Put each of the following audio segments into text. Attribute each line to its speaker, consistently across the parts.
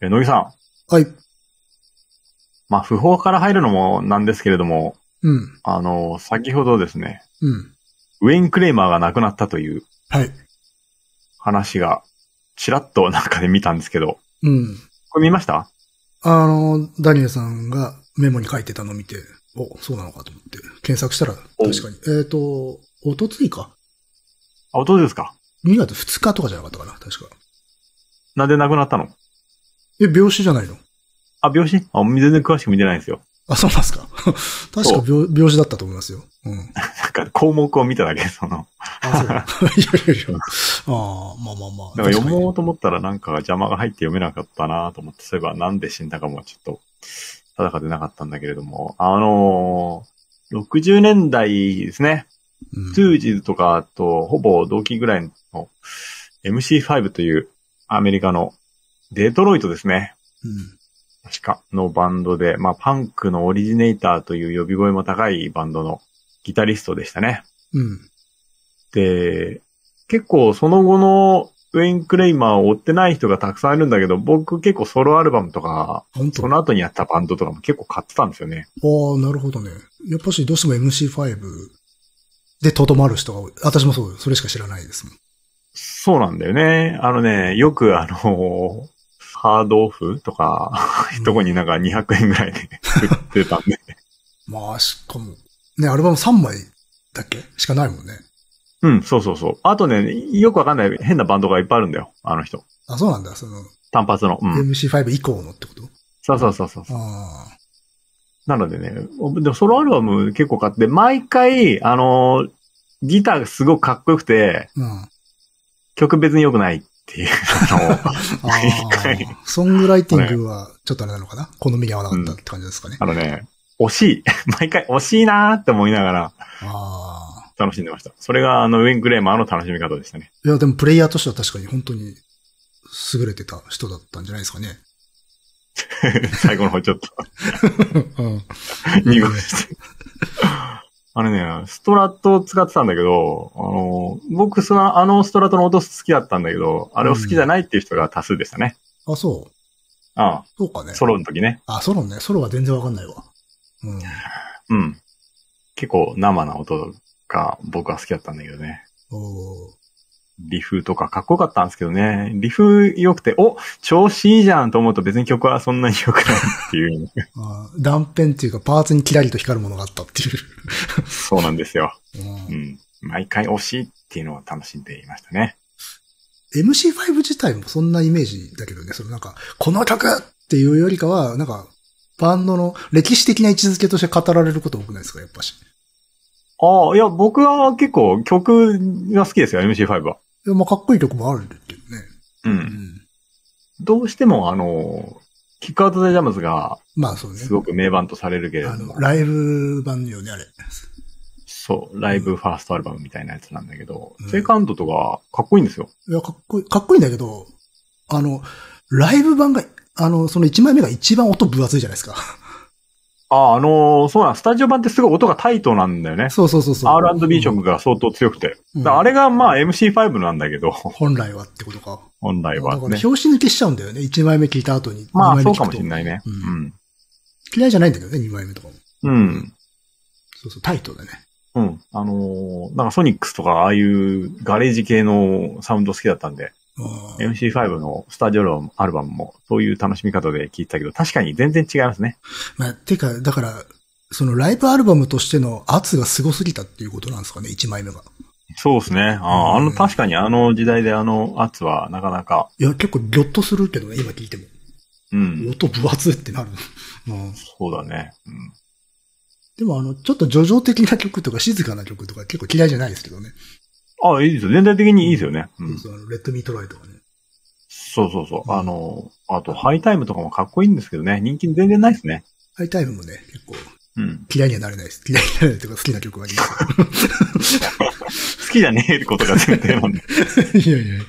Speaker 1: え、野木さん。
Speaker 2: はい。
Speaker 1: まあ、不法から入るのもなんですけれども、
Speaker 2: うん。
Speaker 1: あの、先ほどですね、
Speaker 2: うん。
Speaker 1: ウェイン・クレイマーが亡くなったという
Speaker 2: はい。
Speaker 1: 話が、ちらっとなんかで見たんですけど、
Speaker 2: うん。
Speaker 1: これ見ました
Speaker 2: あの、ダニエルさんがメモに書いてたのを見て、お、そうなのかと思って、検索したら、
Speaker 1: お
Speaker 2: 確かに。えっ、と、おとついか。
Speaker 1: あ、お父ですか
Speaker 2: 2月2日とかじゃなかったかな、確か。
Speaker 1: なんで亡くなったの
Speaker 2: え、病死じゃないの
Speaker 1: あ、病死あ、全然詳しく見てないんですよ。
Speaker 2: あ、そうなんですか。 確か病病死だったと思いますよ。うん。
Speaker 1: なんか項目を見ただけ、その。
Speaker 2: あ、そうだ。 いやいやいや。ああ、まあまあまあ。
Speaker 1: だから読
Speaker 2: 確か
Speaker 1: も
Speaker 2: に
Speaker 1: うと思ったらなんか邪魔が入って読めなかったなと思って、そういえばなんで死んだかもちょっと定かでなかったんだけれども、あのー、60年代ですね、トゥージーズとかとほぼ同期ぐらいの MC5 というアメリカのデトロイトですね。確かのバンドで、まあパンクのオリジネーターという呼び声も高いバンドのギタリストでしたね。
Speaker 2: うん。うん。
Speaker 1: で、結構その後のウェイン・クレイマーを追ってない人がたくさんいるんだけど、僕結構ソロアルバムとか、
Speaker 2: 本当
Speaker 1: その後にやったバンドとかも結構買ってたんですよね。
Speaker 2: ああ、なるほどね。やっぱしどうしても MC5 でとどまる人が多い。私もそうよ。それしか知らないですもん。
Speaker 1: そうなんだよね。あのね、よくあの、ハードオフとか、
Speaker 2: うん
Speaker 1: とこになんか200円ぐらいで売ってたんで。
Speaker 2: まあ、しかも。ね、アルバム3枚だっけしかないもんね。
Speaker 1: うん、そうそうそう。あとね、よくわかんない変なバンドがいっぱいあるんだよ。あの人。
Speaker 2: あ、そうなんだ。その、
Speaker 1: 単発の。うん。
Speaker 2: MC5 以降のってこと
Speaker 1: そうそうそうそう。
Speaker 2: ああ。
Speaker 1: なのでね、でもソロアルバム結構買って、毎回、あの、ギターがすごくかっこよくて、
Speaker 2: うん。あ
Speaker 1: 曲別に良くないっていう、 あ
Speaker 2: あ
Speaker 1: 一回。
Speaker 2: ソングライティングはちょっとあれなのかな好みに合わなかったって感じですかね。
Speaker 1: の、あのね、惜しい。毎回惜しいなーって思いながら
Speaker 2: ああ。
Speaker 1: 楽しんでました。それが、あの、ウィン・グレーマーの楽しみ方でしたね。
Speaker 2: いや、でもプレイヤーとしては確かに本当に優れてた人だったんじゃないですかね。
Speaker 1: 最後の方ちょっと
Speaker 2: うん。
Speaker 1: 濁して。 あれね、ストラットを使ってたんだけど、あの、僕、その、あのストラットの音好きだったんだけど、あれを好きじゃないっていう人が多数でしたね。
Speaker 2: あ、そう。
Speaker 1: あ
Speaker 2: そうかね
Speaker 1: あ、。ソロの時ね。
Speaker 2: あ、ソロね。ソロは全然わかんないわ。うん。
Speaker 1: うん。結構生な音が僕は好きだったんだけどね。
Speaker 2: おー
Speaker 1: リフとかかっこよかったんですけどね。リフ良くて、お調子いいじゃんと思うと別に曲はそんなに良くないっていう。
Speaker 2: あー断片っていうかパーツにキラリと光るものがあったってい
Speaker 1: そうなんですよ。う
Speaker 2: う。
Speaker 1: ん。毎回惜しいっていうのを楽しんでいましたね。
Speaker 2: MC5 自体もそんなイメージだけどね、そのなんか、この曲っていうよりかは、なんか、バンドの歴史的な位置づけとして語られること多くないですか、やっぱし。
Speaker 1: ああ、いや、僕は結構曲が好きですよ、MC5 は。
Speaker 2: いやまあ、かっこいい曲もあるけどね。
Speaker 1: う。
Speaker 2: うんん。
Speaker 1: どうしてもあの、キックアウト・ザ・ジャムズが
Speaker 2: まあ、そうね
Speaker 1: す。ごく名盤とされるけれ
Speaker 2: あ
Speaker 1: ども
Speaker 2: の、、ライブ版のよね、あれ。
Speaker 1: そう、ライブファーストアルバムみたいなやつなんだけど
Speaker 2: うん、
Speaker 1: セカンドとかかっこいいんですよ。
Speaker 2: いや、かっこいい、かっこいいんだけど、あの、ライブ版が、あの、その1枚目が一番音分厚いじゃないですか。
Speaker 1: ああ、あのそうなん、スタジオ版ってすごい音がタイトなんだよね。
Speaker 2: そうそうそうそう。
Speaker 1: R&B 色が相当強くて。
Speaker 2: うん、
Speaker 1: だからあれがまあ MC5 なんだけど、
Speaker 2: 本来はってことか。
Speaker 1: 本来は
Speaker 2: だから
Speaker 1: ね
Speaker 2: 表。紙抜けしちゃうんだよね。1枚目聞いた後に。
Speaker 1: ま
Speaker 2: 二
Speaker 1: あ
Speaker 2: 枚
Speaker 1: そ
Speaker 2: 目
Speaker 1: う
Speaker 2: 聞くと
Speaker 1: かもしれないね。うん。
Speaker 2: 嫌いじゃないんだけどね、2枚目とかも。
Speaker 1: うん。
Speaker 2: そうそう、タイトルだね。
Speaker 1: うん。あのーなんかソニックスとかああいうガレージ系のサウンド好きだったんで、
Speaker 2: うん
Speaker 1: MC5 のスタジオアルバムもそういう楽しみ方で聞いてたけど、確かに全然違いますね。
Speaker 2: まあ、てか、だから、そのライブアルバムとしての圧が凄すぎたっていうことなんですかね、1枚目が。
Speaker 1: そうですね。あーあの、確かにあの時代であの圧はなかなか、
Speaker 2: いや、結構ギョッとするけどね、今聞いても。
Speaker 1: うん。
Speaker 2: 音分厚って なる。うん、
Speaker 1: そうだね。うん。
Speaker 2: でも、あの、ちょっと叙情的な曲とか静かな曲とか結構嫌いじゃないですけどね。
Speaker 1: ああ、いいですよ。全体的にいいですよね。うん。
Speaker 2: そうそうあのレッドミートライとかね。
Speaker 1: そうそうそう。あの、あと、ハイタイムとかもかっこいいんですけどね。人気全然ないですね。
Speaker 2: ハイタイムもね、結構
Speaker 1: うん。
Speaker 2: 嫌いにはなれないです。嫌いにはなれないというか好きな曲があります。
Speaker 1: 好きじゃねえことが前提なんで。
Speaker 2: いやいやいや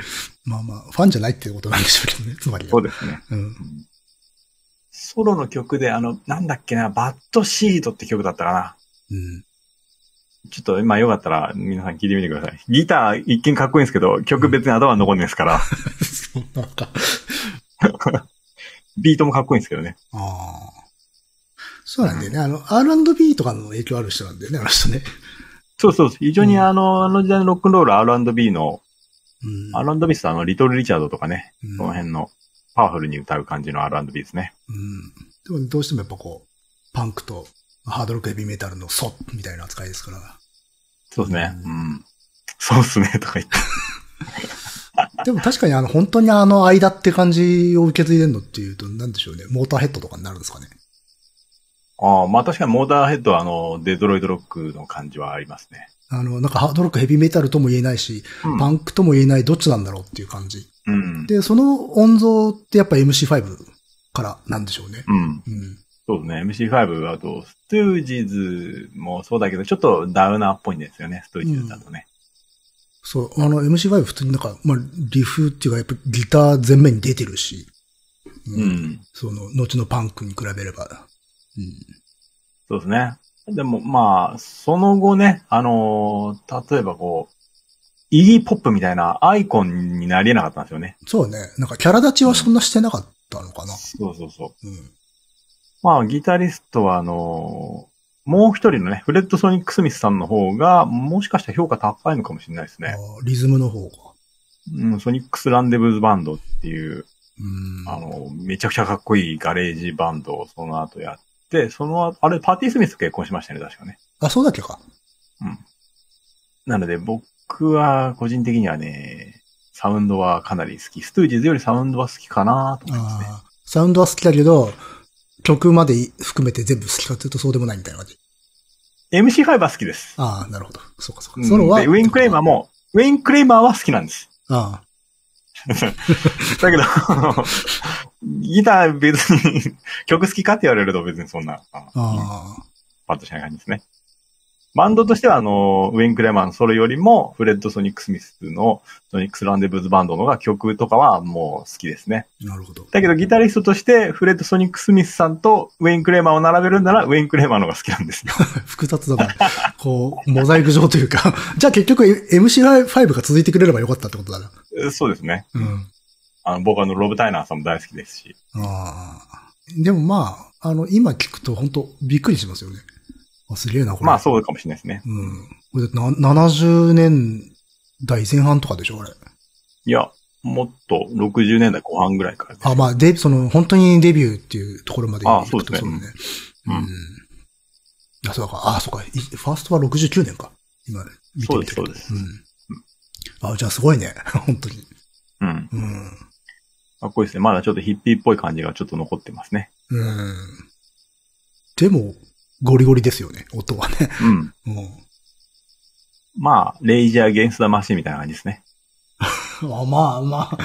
Speaker 2: まあまあ、ファンじゃないってことなんでしょうけどね、つまり は。
Speaker 1: そうですね。
Speaker 2: うん。
Speaker 1: ソロの曲で、あの、なんだっけな、バッドシートって曲だったかな。
Speaker 2: うん。
Speaker 1: ちょっと今よかったら皆さん聞いてみてください。ギター一見かっこいいんですけど、曲別に頭残んないですから、
Speaker 2: そう、なんか、
Speaker 1: ビートもかっこいいんですけどね。
Speaker 2: ああ。そうなんだよね。あの、R&B とかの影響ある人なんだよね、あの人ね。
Speaker 1: そうそうそう。非常に
Speaker 2: うん
Speaker 1: あの、あの時代のロックンロール R&B の、
Speaker 2: うん。
Speaker 1: R&B ってあの、リトル・リチャードとかね、
Speaker 2: うん
Speaker 1: その辺のパワフルに歌う感じの R&B ですね。
Speaker 2: うん。でもどうしてもやっぱこう、パンクとハードロックヘビーメタルのソみたいな扱いですから。
Speaker 1: そうですね。
Speaker 2: う
Speaker 1: うん。そうっすね、とか言って。
Speaker 2: でも確かにあの、本当にあの間って感じを受け継いでんのっていうと、なんでしょうね。モーターヘッドとかになるんですかね。
Speaker 1: ああ、まあ確かにモーターヘッドはあの、デトロイドロックの感じはありますね。
Speaker 2: あの、なんかハードロックヘビーメタルとも言えないし、
Speaker 1: うん
Speaker 2: パンクとも言えないどっちなんだろうっていう感じ。
Speaker 1: うん。
Speaker 2: で、その音像ってやっぱ MC5 からなんでしょうね。
Speaker 1: うん。
Speaker 2: うん。
Speaker 1: そうですね。MC5、あと、ストゥージーズもそうだけど、ちょっとダウナーっぽいんですよね、ストゥージーズだとね。
Speaker 2: そう、あの MC5 普通になんか、まあ、リフっていうかやっぱギター全面に出てるし、う
Speaker 1: うん。
Speaker 2: その、後のパンクに比べれば。うん。
Speaker 1: そうですね。でも、まあ、その後ね、あのー例えばこう、イギーポップみたいなアイコンになり得なかったんですよね。
Speaker 2: そうね。なんかキャラ立ちはそんなしてなかったのかな。
Speaker 1: そうそうそう。
Speaker 2: うん。
Speaker 1: まあ、ギタリストは、あのーもう一人のね、フレッド・ソニック・スミスさんの方が、もしかしたら評価高いのかもしれないです
Speaker 2: あ
Speaker 1: ね。
Speaker 2: ーリズムの方が。
Speaker 1: うん、ソニックス・ランデブーズ・バンドっていう、
Speaker 2: うん。
Speaker 1: あの、めちゃくちゃかっこいいガレージバンドをその後やって、その後、あれ、パーティー・スミスと結婚しましたね、確かね。
Speaker 2: あ、そうだっけか。
Speaker 1: なので、僕は個人的にはね、サウンドはかなり好き。ストゥージーズよりサウンドは好きかなと思いますね。
Speaker 2: ああ。サウンドは好きだけど、曲まで含めて全部好きかというとそうでもないみたいな感じ。
Speaker 1: MC5 は好きです。
Speaker 2: ああ、なるほど。そうかそ
Speaker 1: う
Speaker 2: うか。
Speaker 1: ん
Speaker 2: ソロは。
Speaker 1: でウィン・クレイマー。も、ウィン・クレイマーは好きなん です。
Speaker 2: あ
Speaker 1: だけど、 ギター別に曲好きかって言われると別にそんな、あ
Speaker 2: あ。ああ。
Speaker 1: パッとしない感じですね。バンドとしては、あの、ウェン・クレマン、それよりも、フレッド・ソニック・スミスの、ソニックス・ランデブーズ・バンドの方が曲とかはもう好きですね。
Speaker 2: なるほど。
Speaker 1: だけど、ギタリストとして、フレッド・ソニック・スミスさんとウェン・クレマンを並べるなら、ウェン・クレマンの方が好きなんですよ。
Speaker 2: 複雑だから、 こう、モザイク状というか、 じゃあ結局 MC5 が続いてくれればよかったってことだ な。
Speaker 1: そうですね。
Speaker 2: うん。
Speaker 1: あの、僕はあの、ロブ・タイナーさんも大好きですし。
Speaker 2: ああ。でもまあ、あの、今聞くと本当びっくりしますよね。あ、すげえな、これ。
Speaker 1: まあ、そうかもしれないですね。
Speaker 2: う。うん。これだってな70年代前半とかでしょ、あれ。
Speaker 1: いや、もっと60年代後半ぐらいからです
Speaker 2: あ、まあ、で、その、本当にデビューっていうところまで
Speaker 1: あ
Speaker 2: 行く
Speaker 1: そ
Speaker 2: と
Speaker 1: うで
Speaker 2: そう
Speaker 1: ね
Speaker 2: ね。うん。あ、そうか。あ、そうか。いファーストは69年か。今、見てみてる
Speaker 1: そうですそう
Speaker 2: ううん。あ、じゃあすごいね。 本当に。
Speaker 1: うん。
Speaker 2: うん。
Speaker 1: かっこいいですね。まだちょっとヒッピーっぽい感じがちょっと残ってますね。
Speaker 2: うん。でも、ゴリゴリですよね、音はね。
Speaker 1: うん。
Speaker 2: う
Speaker 1: まあ、レイジー・アゲンスト・ザ・マシンみたいな感じですね。
Speaker 2: ん。あまあまあ。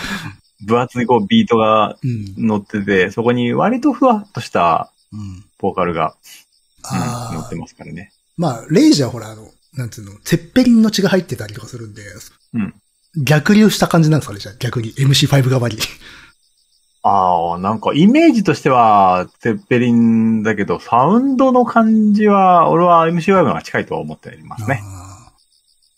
Speaker 1: 分厚いこうビートが
Speaker 2: うん。
Speaker 1: 乗ってて、そこに割とふわっとした
Speaker 2: うん。
Speaker 1: ボーカルが、うん乗
Speaker 2: あ
Speaker 1: って
Speaker 2: あ。
Speaker 1: ますからね。
Speaker 2: まあ、レイジャーほら、あの、なんつうの、セッペリンの血が入ってたりとかするんで、
Speaker 1: うん。
Speaker 2: 逆流した感じなんですかね、じゃあ逆に。MC5 代わり。
Speaker 1: ああ、なんかイメージとしては、ゼッペリンだけど、サウンドの感じは、俺は MCY のが近いとは思っておりますね。
Speaker 2: あ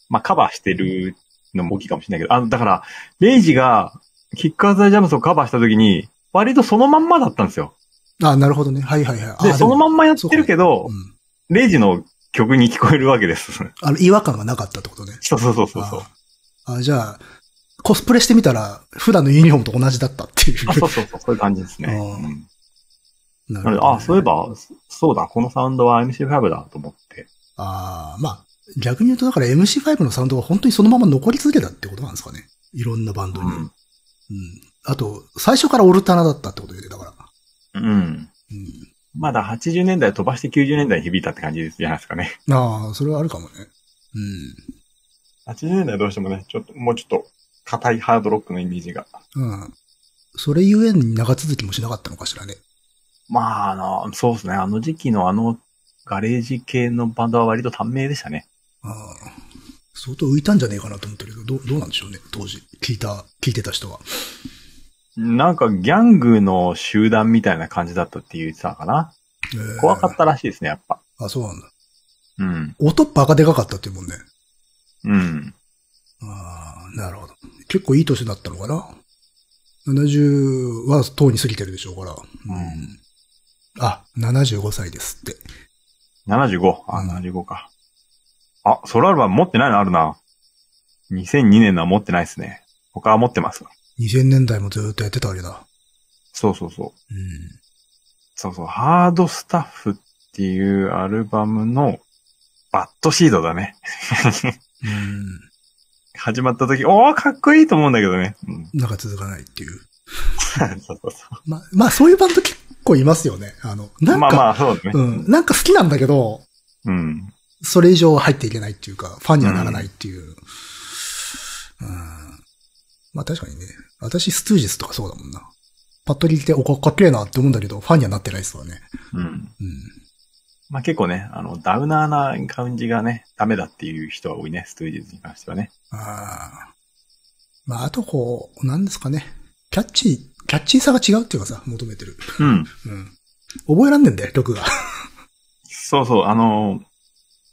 Speaker 1: まあ、カバーしてるのも大きいかもしれないけど、あの、だから、レイジが、キッカーズ・アイ・ジャムスをカバーした時に、割とそのまんまだったんですよ。
Speaker 2: ーあー、なるほどね。はいはいはい。あー
Speaker 1: で、そのまんまやってるけ
Speaker 2: で
Speaker 1: ど
Speaker 2: も、うん。
Speaker 1: レイジの曲に聞こえるわけ です。
Speaker 2: あの、違和感がなかったってことね。
Speaker 1: そうそうそうそうそう。
Speaker 2: あーあーじゃあ、コスプレしてみたら、普段のユニフォームと同じだったっていう。
Speaker 1: あそうそうそう、そういう感じですね。
Speaker 2: あー
Speaker 1: うん
Speaker 2: な
Speaker 1: なので、あ、そういえ。ば、そそうだ、このサウンドは MC5 だと思って。
Speaker 2: ああ、まあ、逆に言うと、だから MC5 のサウンドが本当にそのまま残り続けたってことなんですかね。いろんなバンドに。うん。あと、最初からオルタナだったってことで、だから。
Speaker 1: うん。うん。
Speaker 2: うん。
Speaker 1: まだ80年代を飛ばして90年代に響いたって感じじゃないですかね。
Speaker 2: ああ、それはあるかもね。
Speaker 1: 80年代どうしてもね、ちょっと、もうちょっと、硬いハードロックのイメージが。
Speaker 2: うん。うん。それゆえに長続きもしなかったのかしらね。
Speaker 1: まあ、あの、そうですね。あの時期のあの、ガレージ系のバンドは割と短命でしたね。
Speaker 2: ああ。相当浮いたんじゃねえかなと思ってるけど、どう、どうなんでしょうね、当時。聞いた、聞いてた人は。
Speaker 1: なんか、ギャングの集団みたいな感じだったって言ってたかな。
Speaker 2: えー
Speaker 1: 怖かっ。たらしいですね、やっぱ。
Speaker 2: あ、そうなんだ。
Speaker 1: うん。
Speaker 2: 音バカでかかったっていうもんね。
Speaker 1: うん。
Speaker 2: ああ、なるほど。結構いい年だったのかな70はとうに過ぎてるでしょうから。
Speaker 1: うん
Speaker 2: あ、75歳ですって。
Speaker 1: 75。あ、
Speaker 2: うん
Speaker 1: 75か。あ、ソロアルバム持ってないのあるな。2002年のは持ってないですね。他は持ってますわ。
Speaker 2: 2000年代もずっとやってたあれだ。
Speaker 1: そうそうそう。
Speaker 2: うん。
Speaker 1: そうそう。ハードスタッフっていうアルバムのバッドシードだね。 始まった時、おー、かっこいいと思うんだけどね。うん。
Speaker 2: うん。なんか続かないっていう。
Speaker 1: そうそうそ
Speaker 2: ま、まあそういうバンド結構いますよね。あの、な
Speaker 1: う。
Speaker 2: んか、
Speaker 1: まあまあ、そうだね。
Speaker 2: うん。なんか好きなんだけど、
Speaker 1: うん。
Speaker 2: それ以上入っていけないっていうか、ファンにはならないっていう。うん。まあ確かにね。私、ストゥージスとかそうだもんな。パッと聞いて、お、かかっけえなって思うんだけど、ファンにはなってないですわね。
Speaker 1: うん。
Speaker 2: うん。
Speaker 1: まあ結構ね、あの、ダウナーな感じがね、ダメだっていう人は多いね、ストゥージーズに関してはね。
Speaker 2: ああ。まあ、あとこう、なんですかね。キャッチー、キャッチーさが違うっていうかさ、求めてる。
Speaker 1: うん。
Speaker 2: うん。覚えらんねんだよ、曲が。
Speaker 1: そうそう、あの、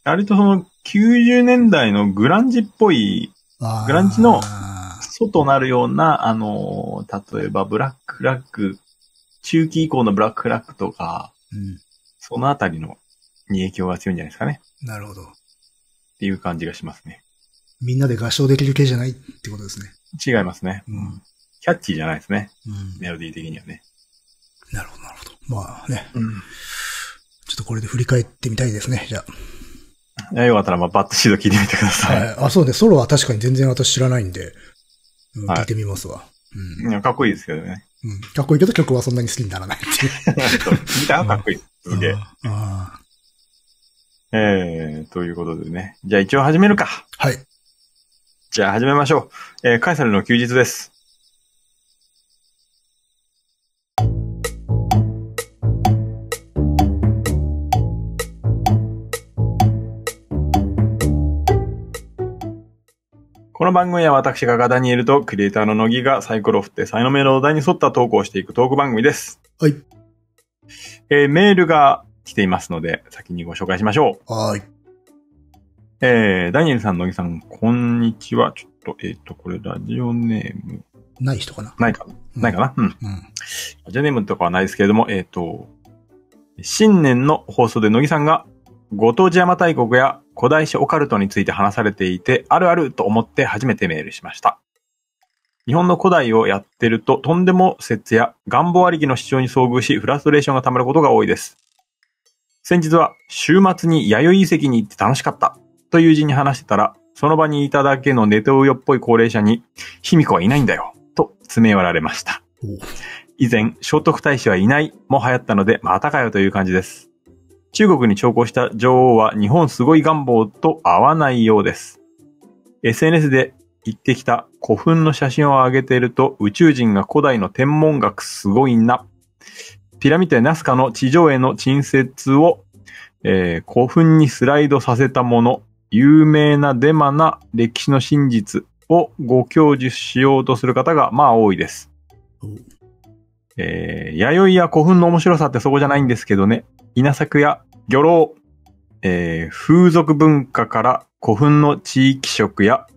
Speaker 1: 割とその90年代のグランジっぽい、
Speaker 2: あ ー
Speaker 1: グランジの
Speaker 2: あ
Speaker 1: 外なるような、あの、例えばブラックラック、中期以降のブラックラックとか、
Speaker 2: ーうん。
Speaker 1: そのあたりのに影響が強いんじゃないですかね。
Speaker 2: なるほど。
Speaker 1: っていう感じがしますね。
Speaker 2: みんなで合唱できる系じゃないってことですね。
Speaker 1: 違いますね。
Speaker 2: うん。
Speaker 1: キャッチーじゃないですね。
Speaker 2: うん。
Speaker 1: メロディー的にはね。
Speaker 2: なるほど、なるほど。まあね。
Speaker 1: うん。
Speaker 2: ちょっとこれで振り返ってみたいですね、じゃ
Speaker 1: よかったら、まあ、バッドシード聞いてみてくだ
Speaker 2: あ。
Speaker 1: さい。
Speaker 2: い。あ、そうね、ソロは確かに全然私知らないんで、うん
Speaker 1: はい
Speaker 2: 聞いてみますわ。
Speaker 1: いやかっこいいですけどね。
Speaker 2: うん。うん。かっこいいけど曲はそんなに好きにならないっていう。
Speaker 1: ギターかっこいい。すげえ。
Speaker 2: あーあ
Speaker 1: えー、ということでね。じゃあ一応始めるか。
Speaker 2: ー。はい。
Speaker 1: じゃあ始めましょう。えーカエサルの休日です。この番組は私がガダニエルとクリエイターの乃木がサイコロを振って才能メロお題に沿った投稿をしていくトーク番組です。
Speaker 2: はい。
Speaker 1: えーメールが来ていますので先にご紹介しましょう。
Speaker 2: はーい。
Speaker 1: えー、ダニエルさん、乃木さん、こんにちは。ちょっと、えっ、と、これ、ラジオネーム、
Speaker 2: ない人かな。
Speaker 1: ないかな、ないかなうん。
Speaker 2: うん。
Speaker 1: ラジオネームとかはないですけれども、えっ、と、新年の放送で乃木さんが、ご当地邪馬台国や古代史オカルトについて話されていて、あるあると思って初めてメールしました。日本の古代をやってると、とんでも説や願望ありきの主張に遭遇し、フラストレーションが溜まることが多いです。先日は、週末に弥生遺跡に行って楽しかった、という友人に話してたら、その場にいただけのネトウヨっぽい高齢者に、卑弥呼はいないんだよ、と詰め寄られました。
Speaker 2: おう
Speaker 1: 以前、聖徳太子はいないも流行ったので、またかよという感じです。中国に調校した女王は日本すごい願望と合わないようです。SNS で行ってきた古墳の写真を上げていると宇宙人が古代の天文学すごいな。ピラミッドやナスカの地上絵の陳設を、えー古墳にスライドさせたもの、有名なデマな歴史の真実をご教授しようとする方がまあ多いです。えー、弥生や古墳の面白さってそこじゃないんですけどね。稲作や漁労、えー風俗文化から古墳の地域色や、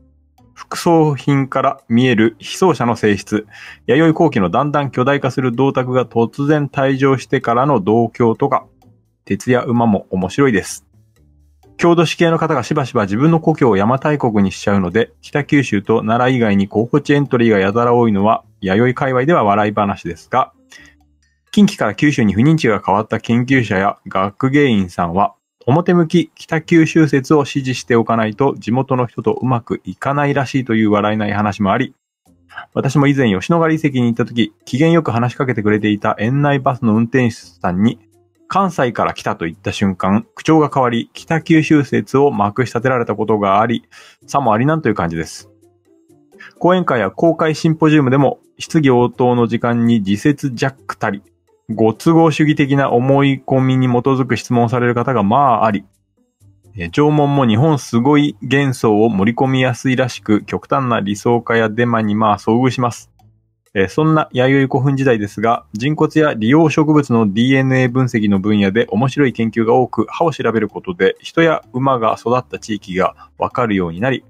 Speaker 1: 副葬品から見える被葬者の性質、弥生後期のだんだん巨大化する銅鐸が突然退場してからの銅鏡とか、鉄や馬も面白いです。郷土史系の方がしばしば自分の故郷を邪馬台国にしちゃうので、北九州と奈良以外に候補地エントリーがやたら多いのは、弥生界隈では笑い話ですが、近畿から九州に不妊地が変わった研究者や学芸員さんは、表向き北九州説を支持しておかないと地元の人とうまくいかないらしいという笑えない話もあり、私も以前吉野ヶ里遺跡に行った時、機嫌よく話しかけてくれていた園内バスの運転手さんに、関西から来たと言った瞬間、口調が変わり、北九州説をまくし立てられたことがあり、さもありなんという感じです。講演会や公開シンポジウムでも、質疑応答の時間に自説ジャックたり、ご都合主義的な思い込みに基づく質問をされる方がまああり、えー縄文も日本すごい幻想を盛り込みやすいらしく、極端な理想化やデマにまあ遭遇します。えーそんな弥生古墳時代ですが、人骨や利用植物の DNA 分析の分野で面白い研究が多く、歯を調べることで人や馬が育った地域がわかるようになり、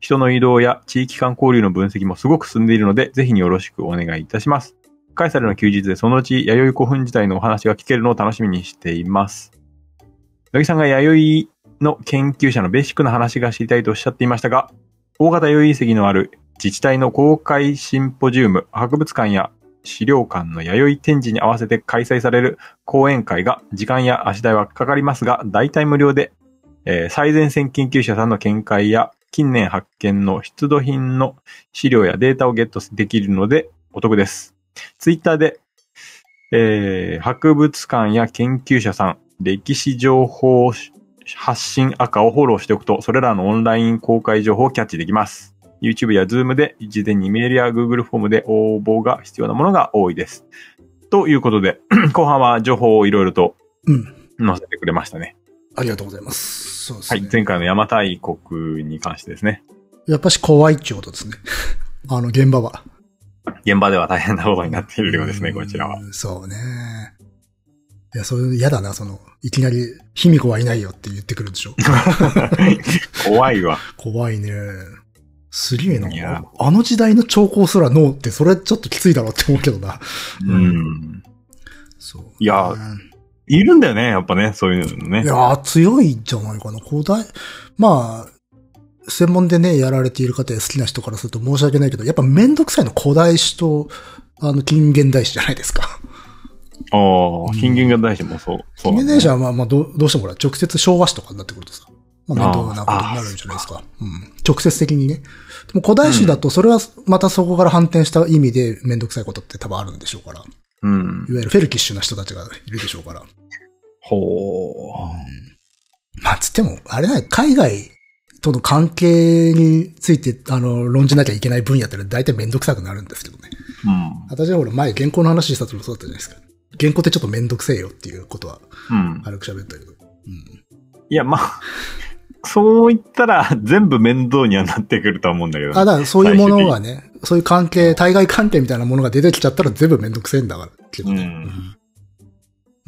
Speaker 1: 人の移動や地域間交流の分析もすごく進んでいるので、ぜひによろしくお願いいたします。カエサルの休日でそのうち弥生古墳時代のお話が聞けるのを楽しみにしています。八木さんが弥生の研究者のベーシックな話が知りたいとおっしゃっていましたが、大型弥生遺跡のある自治体の公開シンポジウム、博物館や資料館の弥生展示に合わせて開催される講演会が時間や足代はかかりますが、大体無料で、えー最前線研究者さんの見解や近年発見の出土品の資料やデータをゲットできるのでお得です。ツイッターで、えー博物館や研究者さん、歴史情報発信赤をフォローしておくと、それらのオンライン公開情報をキャッチできます。YouTube や Zoom で事前にメールや Google フォームで応募が必要なものが多いです。ということで、 後半は情報をいろいろと
Speaker 2: うん。
Speaker 1: 載せてくれましたね。
Speaker 2: ありがとうございます。そうです
Speaker 1: は
Speaker 2: ね。
Speaker 1: い。前回の邪馬台国に関してですね。
Speaker 2: やっぱし怖いってことですね。 あの、現場は。
Speaker 1: 現場では大変なことになっているようですね、こちらは。
Speaker 2: うん。そうね。いや、それ嫌だな、その、いきなり、卑弥呼はいないよって言ってくるんでしょ。
Speaker 1: 怖いわ。
Speaker 2: 怖いね。すげえ
Speaker 1: い
Speaker 2: な
Speaker 1: や。
Speaker 2: あの時代の兆候すら脳って、それちょっときついだろうって思うけどな。
Speaker 1: うん。
Speaker 2: そう。
Speaker 1: いや
Speaker 2: うん
Speaker 1: いるんだよね、やっぱね、そういうのね
Speaker 2: い。やー強いんじゃないかな。古代、まあ、専門でね、やられている方や好きな人からすると申し訳ないけど、やっぱめんどくさいの古代史と、あの、近現代史じゃないですか。
Speaker 1: ああ、近現代大師もそう。そう
Speaker 2: 近
Speaker 1: なんだ
Speaker 2: 現代史はまあ、まあどう、どうしてもほら、直接昭和史とかになってくるとさ、まあ、面倒なことになるんじゃないですか。うん。直接的にね。でも古代史だと、それはまたそこから反転した意味でめんどくさいことって多分あるんでしょうから。
Speaker 1: うん
Speaker 2: い。わゆるフェルキッシュな人たちがいるでしょうから。
Speaker 1: ほう。
Speaker 2: まあ、つっても、あれだね、海外との関係について、あの、論じなきゃいけない分野ってのは大体めんどくさくなるんですけどね。
Speaker 1: うん。
Speaker 2: 私はほら、前原稿の話した時もそうだったじゃないですか。原稿ってちょっとめんどくせえよっていうことは
Speaker 1: うん。
Speaker 2: 軽く喋ったけど。うん。
Speaker 1: いや、まあ、そう言ったら全部面倒にはなってくるとは思うんだけど、
Speaker 2: あ、だからそういうものがね、そういう関係、対外関係みたいなものが出てきちゃったら全部めんどくせえんだから、けどね。
Speaker 1: うん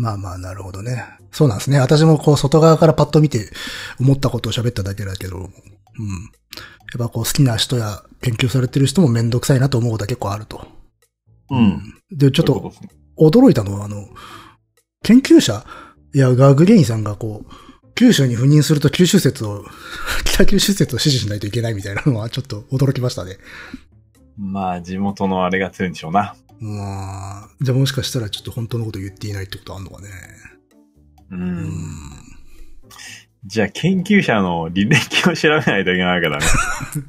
Speaker 2: まあまあ、なるほどね。そうなんですね。私もこう、外側からパッと見て思ったことを喋っただけだけど、うん。やっぱこう、好きな人や研究されてる人もめんどくさいなと思うことは結構あると。
Speaker 1: うん。
Speaker 2: で、ちょっ
Speaker 1: そういう
Speaker 2: と
Speaker 1: こですね
Speaker 2: 驚いたのは、あの、研究者やガグレインさんがこう、九州に赴任すると九州説を、 北九州説を支持しないといけないみたいなのはちょっと驚きましたね。
Speaker 1: まあ、地元のあれが強いんでしょうな。
Speaker 2: まあ、じゃあもしかしたらちょっと本当のこと言っていないってことあんのかね。
Speaker 1: う。
Speaker 2: うんん。
Speaker 1: じゃあ、研究者の履歴を調べないといけないからね。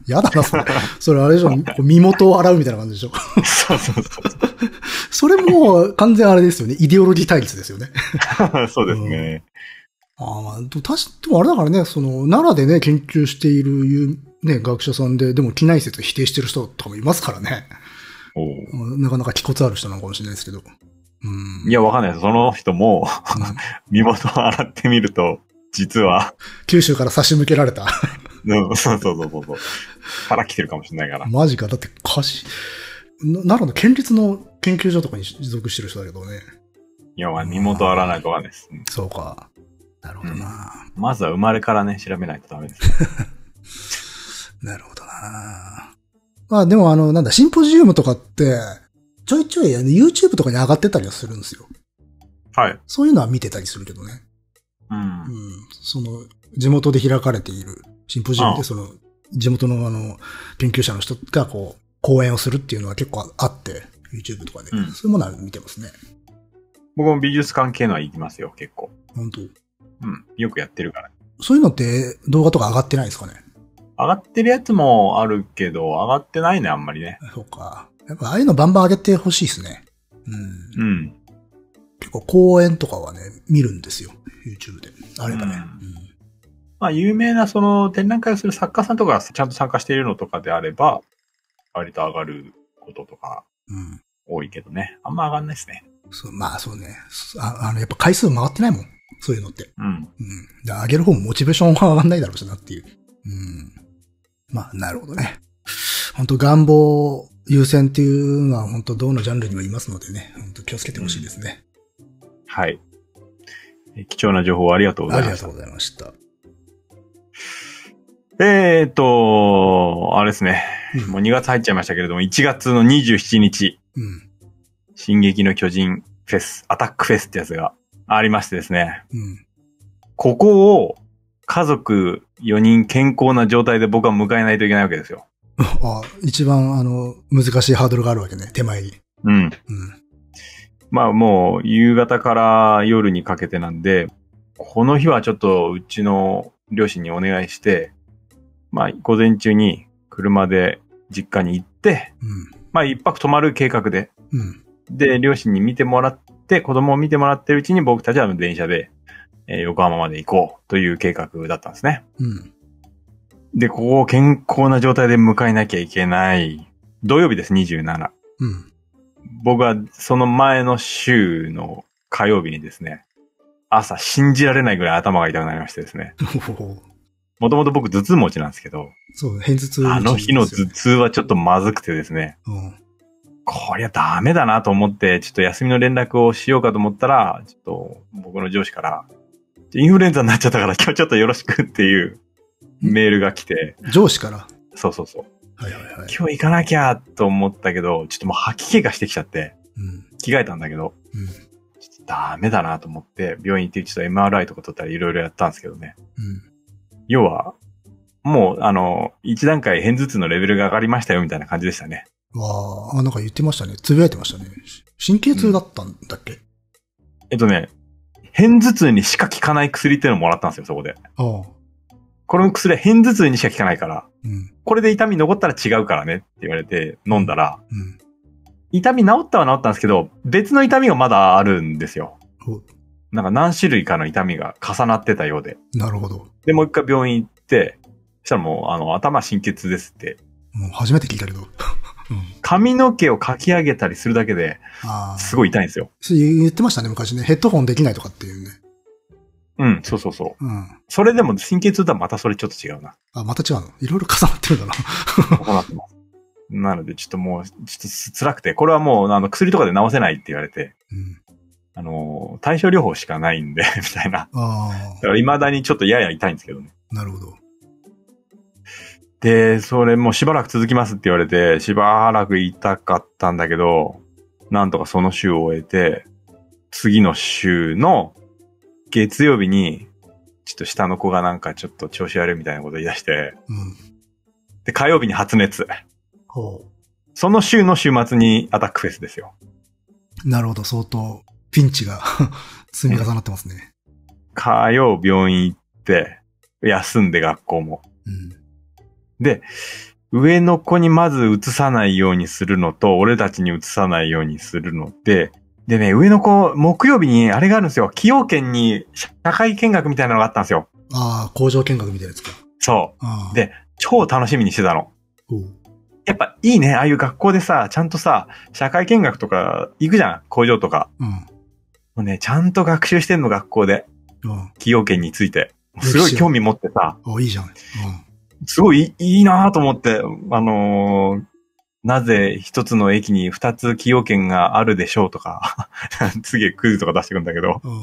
Speaker 2: やだな、それ。それあれでしょ、こう身元を洗うみたいな感じでしょ。
Speaker 1: そうそうそ
Speaker 2: それもう完全あれですよね。イデオロギー対立ですよね。
Speaker 1: う。 そうですね。
Speaker 2: ああ、まあ、でも確か、でもあれだからね、その、奈良でね、研究している、いうね、学者さんで、でも、機内説を否定してる人とかもいますからね。
Speaker 1: おう
Speaker 2: うんなかなか気骨ある人なのかもしれないですけど。うん。
Speaker 1: いや、わかんないです。その人も、
Speaker 2: うん、
Speaker 1: 身元を洗ってみると、実は、
Speaker 2: 九州から差し向けられた。
Speaker 1: うんそうそうそうそうそう。から来てるかもしれないから。
Speaker 2: マジか。だって、かし、な奈良の県立の研究所とかに属してる人だけどね。
Speaker 1: いや、まあ、身元を洗わないとわかんないです。うん
Speaker 2: そうか。なるほどな。
Speaker 1: まずは生まれからね、調べないとダメです。
Speaker 2: なるほどな。まあでもあの、なんだ、シンポジウムとかって、ちょいちょいあの YouTube とかに上がってたりはするんですよ。
Speaker 1: はい。
Speaker 2: そういうのは見てたりするけどね。
Speaker 1: う。
Speaker 2: うんん。その、地元で開かれているシンポジウム
Speaker 1: あ
Speaker 2: で、
Speaker 1: あ
Speaker 2: その、地元のあの、研究者の人がこう、講演をするっていうのは結構あって、YouTube とかで。
Speaker 1: うん
Speaker 2: そういうものは見てますね。
Speaker 1: 僕も美術関係のは行きますよ、結構。
Speaker 2: 本当
Speaker 1: うん。よくやってるから。
Speaker 2: そういうのって動画とか上がってないですかね
Speaker 1: 上がってるやつもあるけど、上がってないね、あんまりね。
Speaker 2: そうか。やっぱああいうのバンバン上げてほしいですね。うん。
Speaker 1: うん。
Speaker 2: 結構公演とかはね、見るんですよ。YouTube で。あればね。
Speaker 1: うんまあ、有名なその展覧会をする作家さんとかがちゃんと参加しているのとかであれば、割と上がることとか
Speaker 2: うん。うん。
Speaker 1: 多いけどね。あんま上がんないですね。
Speaker 2: そうまあそうねあ。あの、やっぱ回数回ってないもん。そういうのって。
Speaker 1: うん。
Speaker 2: うん。で、上げる方もモチベーションは上がんないだろうしなっていう。うん。まあ、なるほどね。本当願望優先っていうのは本当どのジャンルにもいますのでね。本当気をつけてほしいですね。
Speaker 1: はい。え貴重な情報ありがとうご
Speaker 2: あ
Speaker 1: ざい
Speaker 2: り
Speaker 1: まし
Speaker 2: が
Speaker 1: た
Speaker 2: とう。ございました。
Speaker 1: えーっと、あれですね。
Speaker 2: うん
Speaker 1: もう2月入っちゃいましたけれども、1月の27日、
Speaker 2: うん。
Speaker 1: 進撃の巨人フェス、アタックフェスってやつがありましてですね。
Speaker 2: うん。
Speaker 1: ここを家族4人健康な状態で僕は迎えないといけないわけですよ。
Speaker 2: あ、一番、あの、難しいハードルがあるわけね、手前に。
Speaker 1: うん。
Speaker 2: うん。
Speaker 1: まあもう夕方から夜にかけてなんで、この日はちょっとうちの両親にお願いして、まあ午前中に車で実家に行って、まあ一泊泊まる計画で、
Speaker 2: うん。うん。
Speaker 1: で、両親に見てもらって、子供を見てもらってるうちに僕たちは電車で、えー横浜まで行こうという計画だったんですね。
Speaker 2: うん。
Speaker 1: で、ここを健康な状態で迎えなきゃいけない。土曜日です、27。
Speaker 2: うん。
Speaker 1: 僕はその前の週の火曜日にですね、朝信じられないぐらい頭が痛くなりましてですね。
Speaker 2: ほほほ
Speaker 1: もともと僕頭痛持ちなんですけど、
Speaker 2: そう、偏頭痛、
Speaker 1: あの日の頭。痛はちょっとまずくてですね、
Speaker 2: うん。
Speaker 1: こりゃダメだなと思って、ちょっと休みの連絡をしようかと思ったら、ちょっと僕の上司から、インフルエンザになっちゃったから今日ちょっとよろしくっていうメールが来て、
Speaker 2: 上司から。
Speaker 1: そうそうそう。
Speaker 2: はいはいはい。
Speaker 1: 今日行かなきゃと思ったけど、ちょっともう吐き気がしてきちゃって、
Speaker 2: うん。
Speaker 1: 着替えたんだけど、
Speaker 2: うん。
Speaker 1: ちょっとダメだなと思って、病院行ってちょっと MRI とか取ったりいろいろやったんですけどね。
Speaker 2: うん。
Speaker 1: 要は、もう、あの、一段階偏頭痛のレベルが上がりましたよみたいな感じでしたね。
Speaker 2: わあ、あなんか言ってましたね。つぶやいてましたね。し神経痛だったんだっけ、
Speaker 1: えっとね、偏頭痛にしか効かない薬っていうのをもらったんですよ、そこで。
Speaker 2: ああ。
Speaker 1: この薬は偏頭痛にしか効かないから、
Speaker 2: うん。
Speaker 1: これで痛み残ったら違うからねって言われて飲んだら、
Speaker 2: うん。
Speaker 1: 痛み治ったは治ったんですけど、別の痛みがまだあるんですよ
Speaker 2: お。
Speaker 1: なんか何種類かの痛みが重なってたようで。
Speaker 2: なるほど。
Speaker 1: で、もう一回病院行って、そしたらもう、あの、頭神経痛ですって。
Speaker 2: うん、初めて聞いたけど。うん。
Speaker 1: 髪の毛をかき上げたりするだけで、
Speaker 2: ああ。
Speaker 1: すごい痛いんですよ。
Speaker 2: そう言ってましたね、昔ね。ヘッドホンできないとかっていうね。
Speaker 1: うん、そうそうそう。
Speaker 2: うん。
Speaker 1: それでも神経痛とはまたそれちょっと違うな。
Speaker 2: あ、また違うの。いろいろ重なってるんだな。
Speaker 1: そうなってます。なので、ちょっともう、ちょっと辛くて、これはもう、あの、薬とかで治せないって言われて、
Speaker 2: うん。
Speaker 1: あの、対症療法しかないんで、みたいな。
Speaker 2: あ
Speaker 1: だから未だにちょっとやや痛いんですけどね。
Speaker 2: あ。なるほど。
Speaker 1: で、それもうしばらく続きますって言われて、しばらく痛かったんだけど、なんとかその週を終えて、次の週の月曜日に、ちょっと下の子がなんかちょっと調子悪いみたいなこと言い出して、
Speaker 2: うん。
Speaker 1: で、火曜日に発熱。
Speaker 2: ほ
Speaker 1: その週の週末にアタックフェスですよ。
Speaker 2: う。なるほど、相当、ピンチが 積み重なってますね。
Speaker 1: 火曜病院行って、休んで学校も。
Speaker 2: うん。
Speaker 1: で、上の子にまず移さないようにするのと、俺たちに移さないようにするので、でね、上の子、木曜日にあれがあるんですよ。崎陽軒に社会見学みたいなのがあったんですよ。
Speaker 2: ああ、工場見学みたいなやつか。
Speaker 1: そ
Speaker 2: ああ。
Speaker 1: でう。超楽しみにしてたの。
Speaker 2: ほう。
Speaker 1: やっぱいいね。ああいう学校でさ、ちゃんとさ、社会見学とか行くじゃん。工場とか。
Speaker 2: うん。
Speaker 1: もうね、ちゃんと学習してんの、学校で。
Speaker 2: うん。
Speaker 1: 崎陽軒について。
Speaker 2: 歴史
Speaker 1: す
Speaker 2: を
Speaker 1: ごい興味持ってさ、
Speaker 2: あいいじゃん。うん。
Speaker 1: すごいいいいなぁと思って、あのーなぜ一つの駅に二つ崎陽軒があるでしょうとか、 すげえクイズとか出してくるんだけど、
Speaker 2: うん。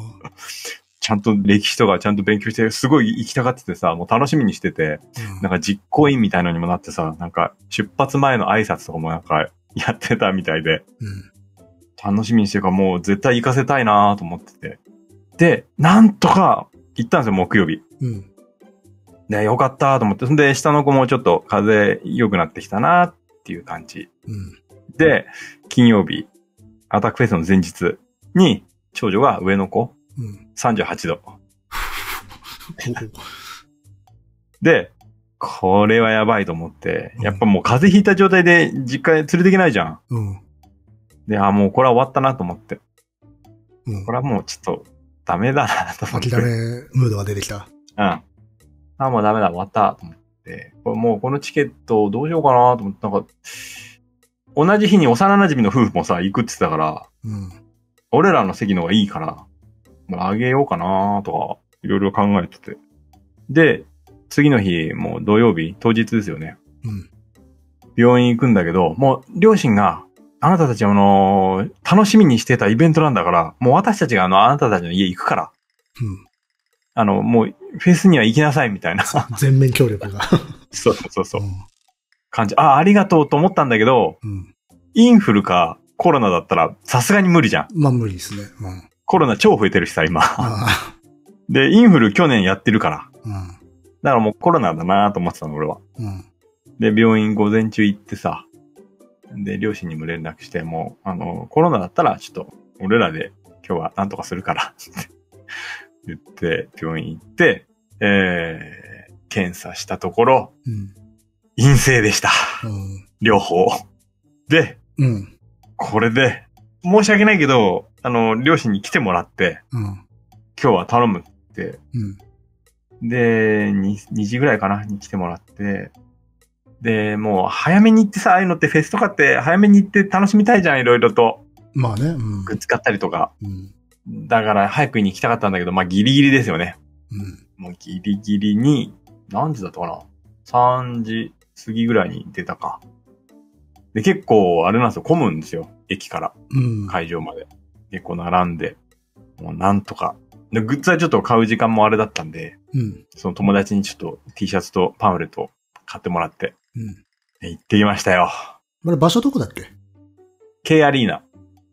Speaker 1: ちゃんと歴史とかちゃんと勉強して、すごい行きたがっててさ、もう楽しみにしてて、なんか実行委員みたいなのにもなってさ、なんか出発前の挨拶とかもなんかやってたみたいで、
Speaker 2: うん。
Speaker 1: 楽しみにしてるからもう絶対行かせたいなぁと思ってて。で、なんとか行ったんですよ、木曜日。
Speaker 2: うん。
Speaker 1: で、よかったと思って、そんで、下の子もちょっと風邪良くなってきたなっていう感じ。
Speaker 2: うん。
Speaker 1: で、金曜日、アタックフェスの前日に、長女が上の子、
Speaker 2: うん。
Speaker 1: 38度。
Speaker 2: ほうほう。
Speaker 1: で、これはやばいと思って、やっぱもう風邪ひいた状態で実家へ連れていけないじゃん。
Speaker 2: うん。
Speaker 1: で、あ、もうこれは終わったなと思って、
Speaker 2: うん
Speaker 1: こ。れはもうちょっとダメだなと思って。
Speaker 2: 諦めムードが出てきた。
Speaker 1: うん。あ、もうダメだ、終わった、と思って。これもうこのチケットどうしようかなと思って、なんか、同じ日に幼馴染の夫婦もさ、行くって言ってたから、
Speaker 2: うん。
Speaker 1: 俺らの席の方がいいから、まあ、あげようかなとか、いろいろ考えてて。で、次の日、もう土曜日、当日ですよね。
Speaker 2: うん。
Speaker 1: 病院行くんだけど、もう両親が、あなたたちあの、楽しみにしてたイベントなんだから、もう私たちがあの、あなたたちの家行くから、あの、もう、フェスには行きなさいみたいな。 そ
Speaker 2: 全面協力が。
Speaker 1: うそうそうそう。感じ。あ、ありがとうと思ったんだけど、
Speaker 2: うん。うん。
Speaker 1: インフルかコロナだったら、さすがに無理じゃん。
Speaker 2: まあ無理ですね。うん。
Speaker 1: コロナ超増えてるしさ、今。
Speaker 2: あ
Speaker 1: で、インフル去年やってるから。
Speaker 2: あ。
Speaker 1: だからもうコロナだなと思ってたの、俺は。
Speaker 2: うん。うん。
Speaker 1: で、病院午前中行ってさ、で、両親にも連絡して、もう、あの、コロナだったら、ちょっと、俺らで今日はなんとかするから、って言って、病院行って、えー、検査したところ、
Speaker 2: うん。
Speaker 1: 陰性でした。
Speaker 2: うん。
Speaker 1: 両方。で、
Speaker 2: うん。
Speaker 1: これで、申し訳ないけど、あの、両親に来てもらって、
Speaker 2: うん。
Speaker 1: 今日は頼むって、
Speaker 2: うん。
Speaker 1: で、2, 2時ぐらいかなに来てもらって、で、もう早めに行ってさ、ああいうのってフェスとかって早めに行って楽しみたいじゃん、いろいろと。
Speaker 2: まあね。うん。
Speaker 1: グッズ買ったりとか。
Speaker 2: うん。
Speaker 1: だから早くに行きたかったんだけど、まあギリギリですよね。
Speaker 2: うん。
Speaker 1: もうギリギリに、何時だったかな ?3 時過ぎぐらいに出たか。で、結構あれなんですよ、混むんですよ。駅から。
Speaker 2: うん。
Speaker 1: 会場まで。結構並んで、もうなんとか。で、グッズはちょっと買う時間もあれだったんで、
Speaker 2: うん。
Speaker 1: その友達にちょっと T シャツとパンフレットを買ってもらって、
Speaker 2: うん。
Speaker 1: え行ってきましたよ。
Speaker 2: これ場所どこだっけ
Speaker 1: K アリーナ。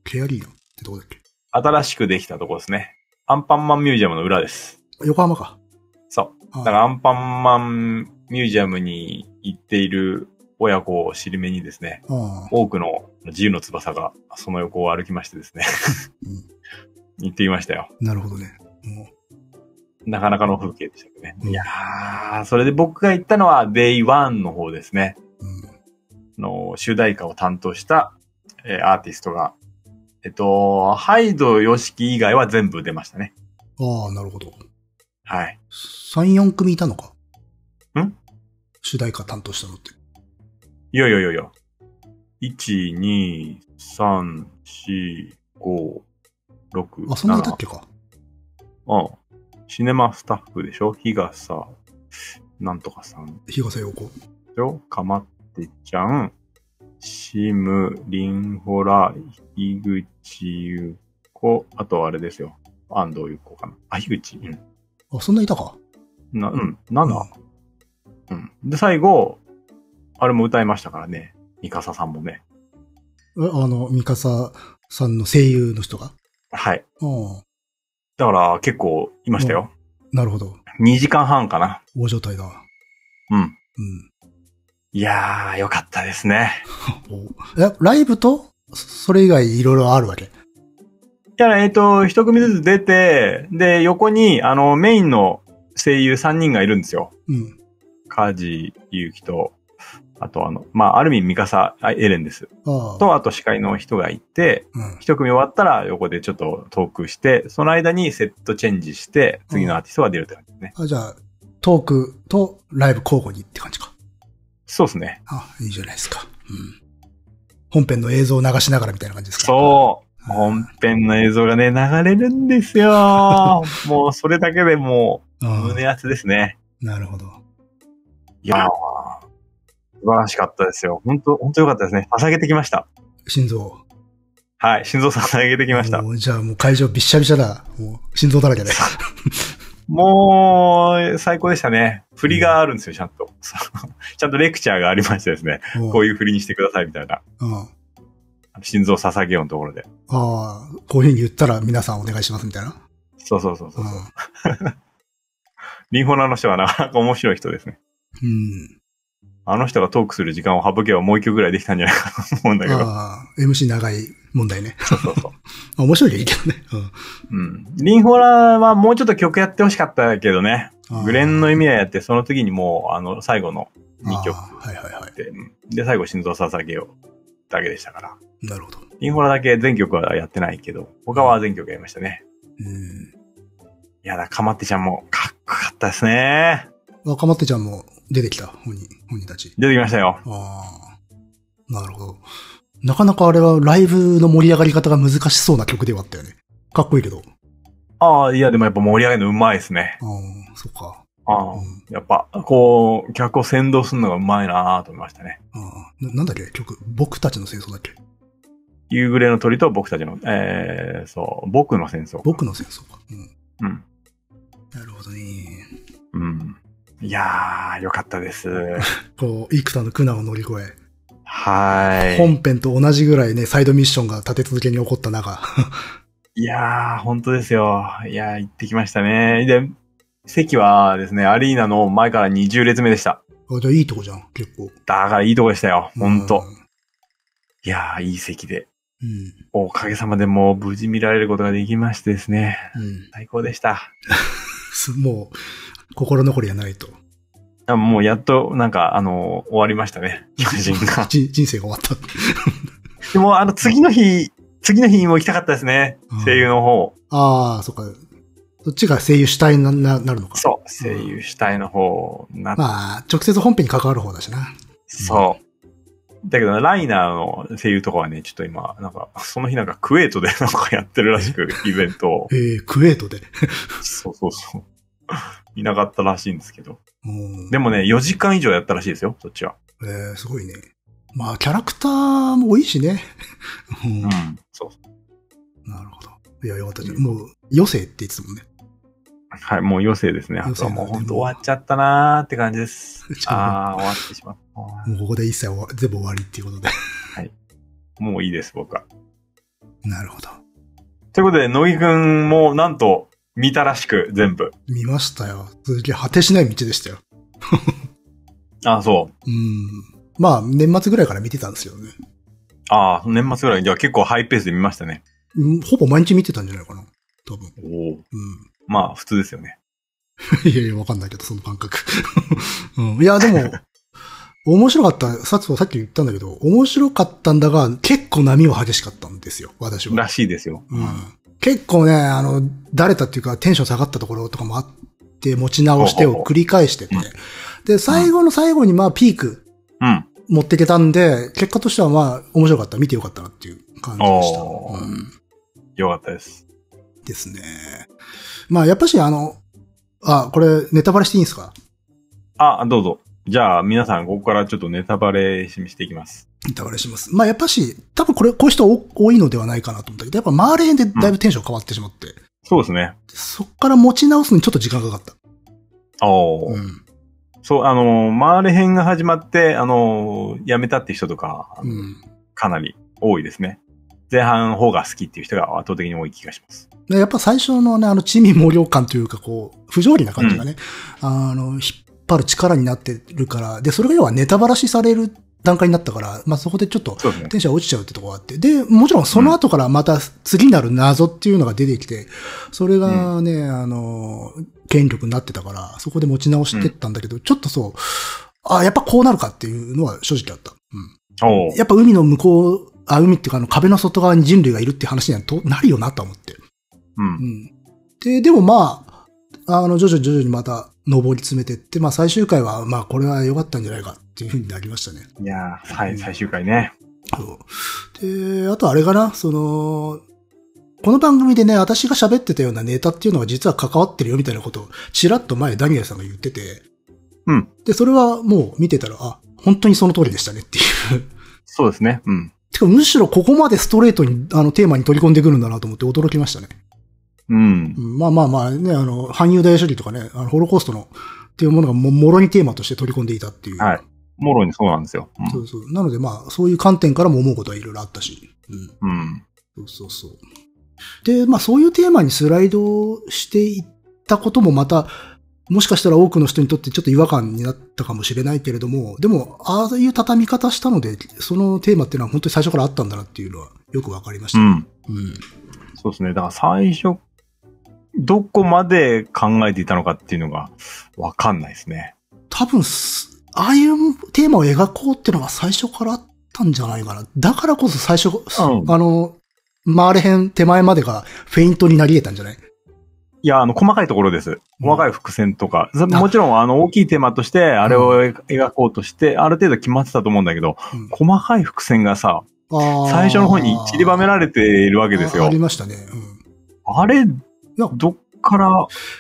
Speaker 2: ケアリーナってとこだっけ
Speaker 1: 新しくできたとこですね。アンパンマンミュージアムの裏です。
Speaker 2: 横浜か。
Speaker 1: そう。
Speaker 2: あ
Speaker 1: だからアンパンマンミュージアムに行っている親子を尻目にですね、
Speaker 2: ああ。
Speaker 1: 多くの自由の翼がその横を歩きましてですね、 行ってきましたよ。
Speaker 2: なるほどね。も
Speaker 1: なかなかの風景でしたけどね。
Speaker 2: うん
Speaker 1: いやー、それで僕が行ったのは Day1 の方ですね。
Speaker 2: う。うん。
Speaker 1: あの主題歌を担当した、えーアーティストが。えっと、ハイド、ヨシキ以外は全部出ましたね。
Speaker 2: ああ、なるほど。
Speaker 1: はい。
Speaker 2: 3、4組いたのか。
Speaker 1: ん
Speaker 2: 主題歌担当したのって。
Speaker 1: いやいやいやいや。1、2、3、4、5、6、
Speaker 2: あ、そんなにいた
Speaker 1: 7
Speaker 2: っけか。
Speaker 1: うん。シネマスタッフでしょ日傘、なんとかさん
Speaker 2: 東洋子。
Speaker 1: ですよ。かまってちゃん、シム、リンホラ、樋口優子、あとあれですよ。安藤優子かな。あ、樋口、うん。
Speaker 2: あ、そんなにいたか。
Speaker 1: な、うん、7。うん。で、最後、あれも歌いましたからね。ミカサさんもね。
Speaker 2: えあの、ミカサさんの声優の人が。
Speaker 1: はい。
Speaker 2: ああ、
Speaker 1: だから、結構、いましたよ。
Speaker 2: なるほど。
Speaker 1: 2時間半かな。
Speaker 2: 大状態だ。
Speaker 1: うん。
Speaker 2: うん。
Speaker 1: いやー、よかったですね。
Speaker 2: おえ、ライブと、そそれ以外いろいろあるわけ。
Speaker 1: だから、えっ、と、一組ずつ出て、で、横に、あの、メインの声優3人がいるんですよ。
Speaker 2: うん。
Speaker 1: 梶裕貴と、あとあの、まあ、アルミンミカサあエレンです。
Speaker 2: ああ。
Speaker 1: と、あと司会の人がいて、
Speaker 2: うん。
Speaker 1: 一組終わったら横でちょっとトークして、その間にセットチェンジして、次のアーティストが出るって感じですね。
Speaker 2: あ、じゃあ、トークとライブ交互にって感じか。
Speaker 1: そうですね。
Speaker 2: あ、いいじゃないですか。うん。本編の映像を流しながらみたいな感じですか。
Speaker 1: そう。本編の映像がね、流れるんですよ。もうそれだけでも
Speaker 2: う
Speaker 1: う、
Speaker 2: ん。
Speaker 1: 胸熱ですね。
Speaker 2: なるほど。
Speaker 1: いやー素晴らしかったですよ。本当本当良かったですね。捧げてきました。
Speaker 2: 心臓。
Speaker 1: はい。心臓さん捧げてきました。
Speaker 2: もうじゃあもう会場びっしゃびしゃだ。もう心臓だ らけで。
Speaker 1: もう、最高でしたね。振りがあるんですよ、ちゃんと。 ちゃんとレクチャーがありましてですね。
Speaker 2: も
Speaker 1: こう
Speaker 2: う。
Speaker 1: いう振りにしてくださいみたいな。
Speaker 2: うん。あ
Speaker 1: 心臓捧げようのところで。
Speaker 2: あ、こういうふうに言ったら皆さんお願いしますみたいな。
Speaker 1: そうそうそうそうう。
Speaker 2: ん。
Speaker 1: リンホナの人はなかなか面白い人ですね。
Speaker 2: うん。
Speaker 1: あの人がトークする時間を省けばもう一曲ぐらいできたんじゃないかと思うんだけど。
Speaker 2: ああ、MC 長い問題ね。
Speaker 1: そうそうそう。
Speaker 2: あ面白いけどいいけどね。うん
Speaker 1: うん。リンホナはもうちょっと曲やってほしかったけどね。
Speaker 2: ああ。
Speaker 1: グレンの意味合いやって、その次にもう、あの、最後の2曲
Speaker 2: ああはいはいは
Speaker 1: で、うんで、最後心臓捧げようだけでしたから。
Speaker 2: い。なるほど。
Speaker 1: インフォラだけ全曲はやってないけど、他は全曲やりましたね。
Speaker 2: うん。
Speaker 1: いやだ、かまってちゃんもかっこよかったですね。
Speaker 2: 若松ちゃんも出てきた、本人、本人たち。
Speaker 1: 出てきましたよ。
Speaker 2: ああ。なるほど。なかなかあれはライブの盛り上がり方が難しそうな曲ではあったよね。かっこいいけど。
Speaker 1: ああ、いや、でもやっぱ盛り上げるのうまいですね。
Speaker 2: ああ、そっか。
Speaker 1: ああ
Speaker 2: う、ん。
Speaker 1: やっぱ、こう、客を先導するのがうまいなぁと思いましたね。
Speaker 2: ああ、ななんだっけ曲。僕たちの戦争だっけ
Speaker 1: 夕暮れの鳥と僕たちの、えー、そう、僕の戦争。
Speaker 2: 僕の戦争か。うん。
Speaker 1: うん。
Speaker 2: なるほどね。
Speaker 1: いやー、よかったです。
Speaker 2: こう、幾多の苦難を乗り越え、
Speaker 1: は
Speaker 2: 本編と同じぐらいね、サイドミッションが立て続けに起こった中、
Speaker 1: い。いやー、本当ですよ。いやー、行ってきましたね。で、席はですね、アリーナの前から20列目でした。
Speaker 2: あじゃあいいとこじゃん、結構。
Speaker 1: だからいいとこでしたよ。ほん
Speaker 2: う
Speaker 1: と。いやー、いい席で。
Speaker 2: うん。
Speaker 1: おかげさまでもう無事見られることができましてですね。
Speaker 2: うん
Speaker 1: 最高でした。
Speaker 2: す。もう、心残りはないと。
Speaker 1: あもうやっと、なんか、あの、終わりましたね。友人が。
Speaker 2: じ 人生が終わった。
Speaker 1: でも、あの、次の日、次の日にも行きたかったですね
Speaker 2: うん。
Speaker 1: 声優の方。
Speaker 2: ああ、そっか。どっちが声優主体になななるのか。
Speaker 1: そう。声優主体の方な、
Speaker 2: まあ、直接本編に関わる方だしな。。
Speaker 1: そう。だけど、ライナーの声優とかはね、ちょっと今、なんか、その日なんかクウェートで なんかやってるらしく、イベントを
Speaker 2: ええクウェートで。
Speaker 1: そうそうそう。いなかったらしいんですけど。
Speaker 2: うん
Speaker 1: でもね、4時間以上やったらしいですよ、そっちは。
Speaker 2: えー、すごいね。まあ、キャラクターも多いしね。うん、
Speaker 1: う。
Speaker 2: なん
Speaker 1: そう。
Speaker 2: るほど。いや、よかったじゃん。もう、余生って言ってたもんね。
Speaker 1: はい、もう余生ですね。あ
Speaker 2: 余
Speaker 1: と
Speaker 2: 生
Speaker 1: は
Speaker 2: なん
Speaker 1: も
Speaker 2: で
Speaker 1: う本当終わっちゃったなーって感じです
Speaker 2: ちょっ。と
Speaker 1: あー、終わってしまった。
Speaker 2: もうここで一切終わ全部終わりっていうことで。
Speaker 1: もういいです、僕は。
Speaker 2: なるほど。
Speaker 1: ということで、乃木くんもなんと見たらしく、全部。
Speaker 2: 見ましたよ。すげえ果てしない道でしたよ。
Speaker 1: あそう。
Speaker 2: うん。まあ、年末ぐらいから見てたんですよね。
Speaker 1: ああ、年末ぐらい。じゃあ結構ハイペースで見ましたね。
Speaker 2: うんほぼ毎日見てたんじゃないかな。多分。
Speaker 1: おお。
Speaker 2: う
Speaker 1: まあ、普通ですよね。
Speaker 2: ん。 いやいや、わかんないけど、その感覚。 うん、いや、でも、 面白かった。さっきさっき言ったんだけど、面白かったんだが、結構波は激しかったんですよ、私は。
Speaker 1: らしいですよ。
Speaker 2: うん。結構ね、あの、だれたっていうか、テンション下がったところとかもあって、持ち直して
Speaker 1: ほうほ
Speaker 2: を
Speaker 1: うほう
Speaker 2: 繰り返してて。で、最後の最後に、まあ、ピーク
Speaker 1: うん。
Speaker 2: 持っていけたんで、結果としてはまあ、面白かった。見てよかったなっていう感じでした。
Speaker 1: おー
Speaker 2: うん。
Speaker 1: よかったです。
Speaker 2: ですね。まあ、やっぱし、あの、あ、これ、ネタバレしていいんですか
Speaker 1: あ、どうぞ。じゃあ、皆さん、ここからちょっとネタバレしていきます。
Speaker 2: ネタバレします。まあ、やっぱし、多分これ、こういう人多多いのではないかなと思ったけど、やっぱマーレーンでだいぶテンション変わってしまって、
Speaker 1: そうですね。
Speaker 2: そっから持ち直すのにちょっと時間かかった。
Speaker 1: おお、
Speaker 2: うん。
Speaker 1: そう、あのー、マーレ編が始まって、あのー、辞めたって人とか、
Speaker 2: うん。
Speaker 1: かなり多いですね。前半の方が好きっていう人が圧倒的に多い気がします。
Speaker 2: でやっぱ最初のね、あの、地味毛量感というか、こう、不条理な感じがね、あの、引っ張る力になってるから、で、それが要はネタバラシされる段階になったから、まあ、そこでちょっと、
Speaker 1: そうですね。
Speaker 2: テンション落ちちゃうってとこがあって。で、もちろんその後からまた次なる謎っていうのが出てきて、それがね、あの、権力になってたから、そこで持ち直してったんだけど、ちょっとそう、あやっぱこうなるかっていうのは正直あった。う
Speaker 1: おお
Speaker 2: ん。やっぱ海の向こう、あ、海っていうかあの壁の外側に人類がいるって話にはとなるよなと思って。
Speaker 1: う。
Speaker 2: うんん。で、でもまあ、あの、徐々に徐々にまた登り詰めてって、まあ最終回は、まあこれは良かったんじゃないかっていうふうになりましたね。
Speaker 1: いやー、はい、最終回ね。
Speaker 2: そう。で、あとあれかな、その、この番組でね、私が喋ってたようなネタっていうのが実は関わってるよみたいなことを、ちらっと前ダニエルさんが言ってて、
Speaker 1: うん。
Speaker 2: で、それはもう見てたら、あ、本当にその通りでしたねっていう。
Speaker 1: そうですね。うん。
Speaker 2: てか、むしろここまでストレートに、あの、テーマに取り込んでくるんだなと思って驚きましたね。
Speaker 1: うん
Speaker 2: う。んまあまあまあね、あの、反猶大主義とかね、あの、ホロコーストの、っていうものがも、もろにテーマとして取り込んでいたっていう。
Speaker 1: はいもろにそうなんですよ。うん
Speaker 2: そうそう。なのでまあ、そういう観点からも思うことはいろいろあったし。うん。
Speaker 1: うん。
Speaker 2: そうそうそう。で、まあそういうテーマにスライドしていったこともまた、もしかしたら多くの人にとってちょっと違和感になったかもしれないけれども、でも、ああいう畳み方したので、そのテーマっていうのは本当に最初からあったんだなっていうのはよくわかりま
Speaker 1: う
Speaker 2: した。うん。
Speaker 1: ん。そうですね。だから最初、どこまで考えていたのかっていうのがわかんないですね。
Speaker 2: 多分す、ああいうテーマを描こうっていうのが最初からあったんじゃないかな。だからこそ最初、
Speaker 1: ん
Speaker 2: あの、回れへん手前までがフェイントになり得たんじゃない
Speaker 1: いや、あの、細かいところです。細かい伏線とか。そもちろん、あの、大きいテーマとして、あれを描こうとして、ある程度決まってたと思うんだけど、
Speaker 2: うん
Speaker 1: 細かい伏線がさ、
Speaker 2: あー
Speaker 1: 最初の方に散りばめられているわけです
Speaker 2: あ
Speaker 1: よ
Speaker 2: あり。ましたね。うん。
Speaker 1: あれ、どっから、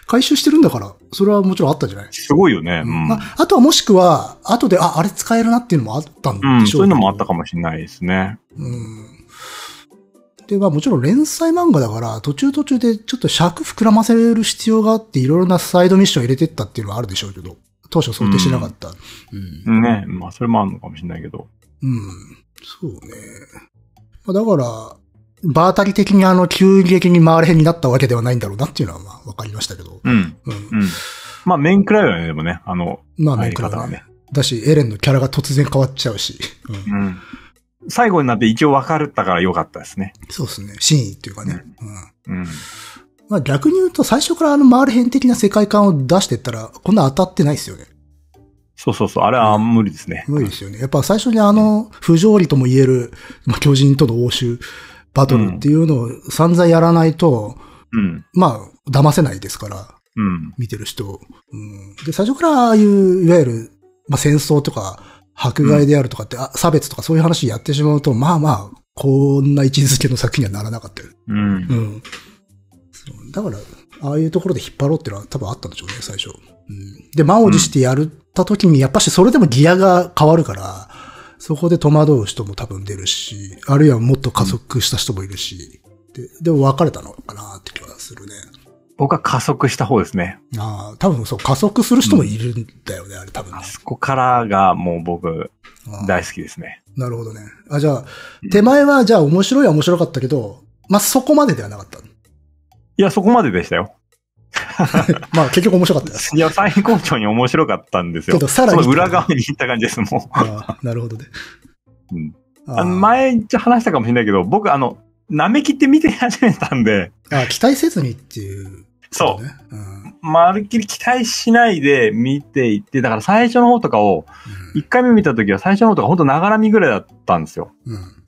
Speaker 2: 回収してるんだから、それはもちろんあったんじゃない、
Speaker 1: すごいよね。う
Speaker 2: ま
Speaker 1: ん。
Speaker 2: あ、あとはもしくは、後で、あ、あれ使えるなっていうのもあったんで
Speaker 1: うん、
Speaker 2: し
Speaker 1: そ
Speaker 2: ょ
Speaker 1: う
Speaker 2: う
Speaker 1: い
Speaker 2: け
Speaker 1: うの
Speaker 2: ど
Speaker 1: もあったかもしれないですね。
Speaker 2: うん。で、まあもちろん連載漫画だから、途中途中でちょっと尺膨らませる必要があって、いろいろなサイドミッション入れてったっていうのはあるでしょうけど、当初想定しなかった。うん。
Speaker 1: ね。まあ、それもあるのかもしれないけど。
Speaker 2: うん。そうね。まあ、だから、場当たり的にあの、急激に回れへんになったわけではないんだろうなっていうのは、まあ、わかりましたけど。
Speaker 1: うん。
Speaker 2: うん。
Speaker 1: うん。まあ、面くらいはね、でもね、あの、
Speaker 2: まあ、
Speaker 1: 入
Speaker 2: 面
Speaker 1: り
Speaker 2: 食らい
Speaker 1: 方
Speaker 2: は
Speaker 1: は
Speaker 2: ね。
Speaker 1: ね。
Speaker 2: だし、エレンのキャラが突然変わっちゃうし。うん。
Speaker 1: うん。最後になって一応分かったから良かったですね。
Speaker 2: そうですね。真意っていうかね。うん。
Speaker 1: うん。
Speaker 2: まあ、逆に言うと、最初からあの、回れへん的な世界観を出してったら、こんな当たってないですよね。
Speaker 1: そうそうそう。あれは無理ですね。
Speaker 2: 無理ですよね。やっぱ最初にあの、不条理とも言える、まあ、巨人との応酬、バトルっていうのを散々やらないと、
Speaker 1: うん。
Speaker 2: まあ、騙せないですから、
Speaker 1: うん。
Speaker 2: 見てる人を、うん。で、最初からああいう、いわゆる、まあ、戦争とか、迫害であるとかって、あ差別とかそういう話やってしまうと、まあまあ、こんな位置づけの作品にはならなかったよ。
Speaker 1: うん
Speaker 2: う。ん。そうだから、ああいうところで引っ張ろうっていうのは多分あったんでしょうね、最初。うん、で、満を持してやるった時に、やっぱしそれでもギアが変わるから、そこで戸惑う人も多分出るし、あるいはもっと加速した人もいるし、で、でも別れたのかなって気はするね。
Speaker 1: 僕は加速した方ですね。
Speaker 2: ああ、多分そう、加速する人もいるんだよね、あれ多分ね
Speaker 1: あ。そこからがもう僕
Speaker 2: ああ
Speaker 1: 大好きですね。
Speaker 2: なるほどね。あ、じゃあ、手前は、じゃあ面白いは面白かったけど、まあ、そこまでではなかった。
Speaker 1: いや、そこまででしたよ。
Speaker 2: まあ、結局面白かったです。
Speaker 1: いや、最高潮に面白かったんですよ。
Speaker 2: けどさらに
Speaker 1: その裏側に行った感じです、も
Speaker 2: ああなるほどね。
Speaker 1: う。うん、
Speaker 2: あ
Speaker 1: あ
Speaker 2: あ
Speaker 1: の前、ちょ話したかもしれないけど、僕、あの、なめきって見て始めたんで、
Speaker 2: あ期待せずにっていう、。
Speaker 1: そう
Speaker 2: ね。うん。
Speaker 1: う、まるっきり期待しないで見ていって、だから最初の方とかを、1回目見た時は最初の方とかほんとながら見ぐらいだったんですよ。
Speaker 2: うん。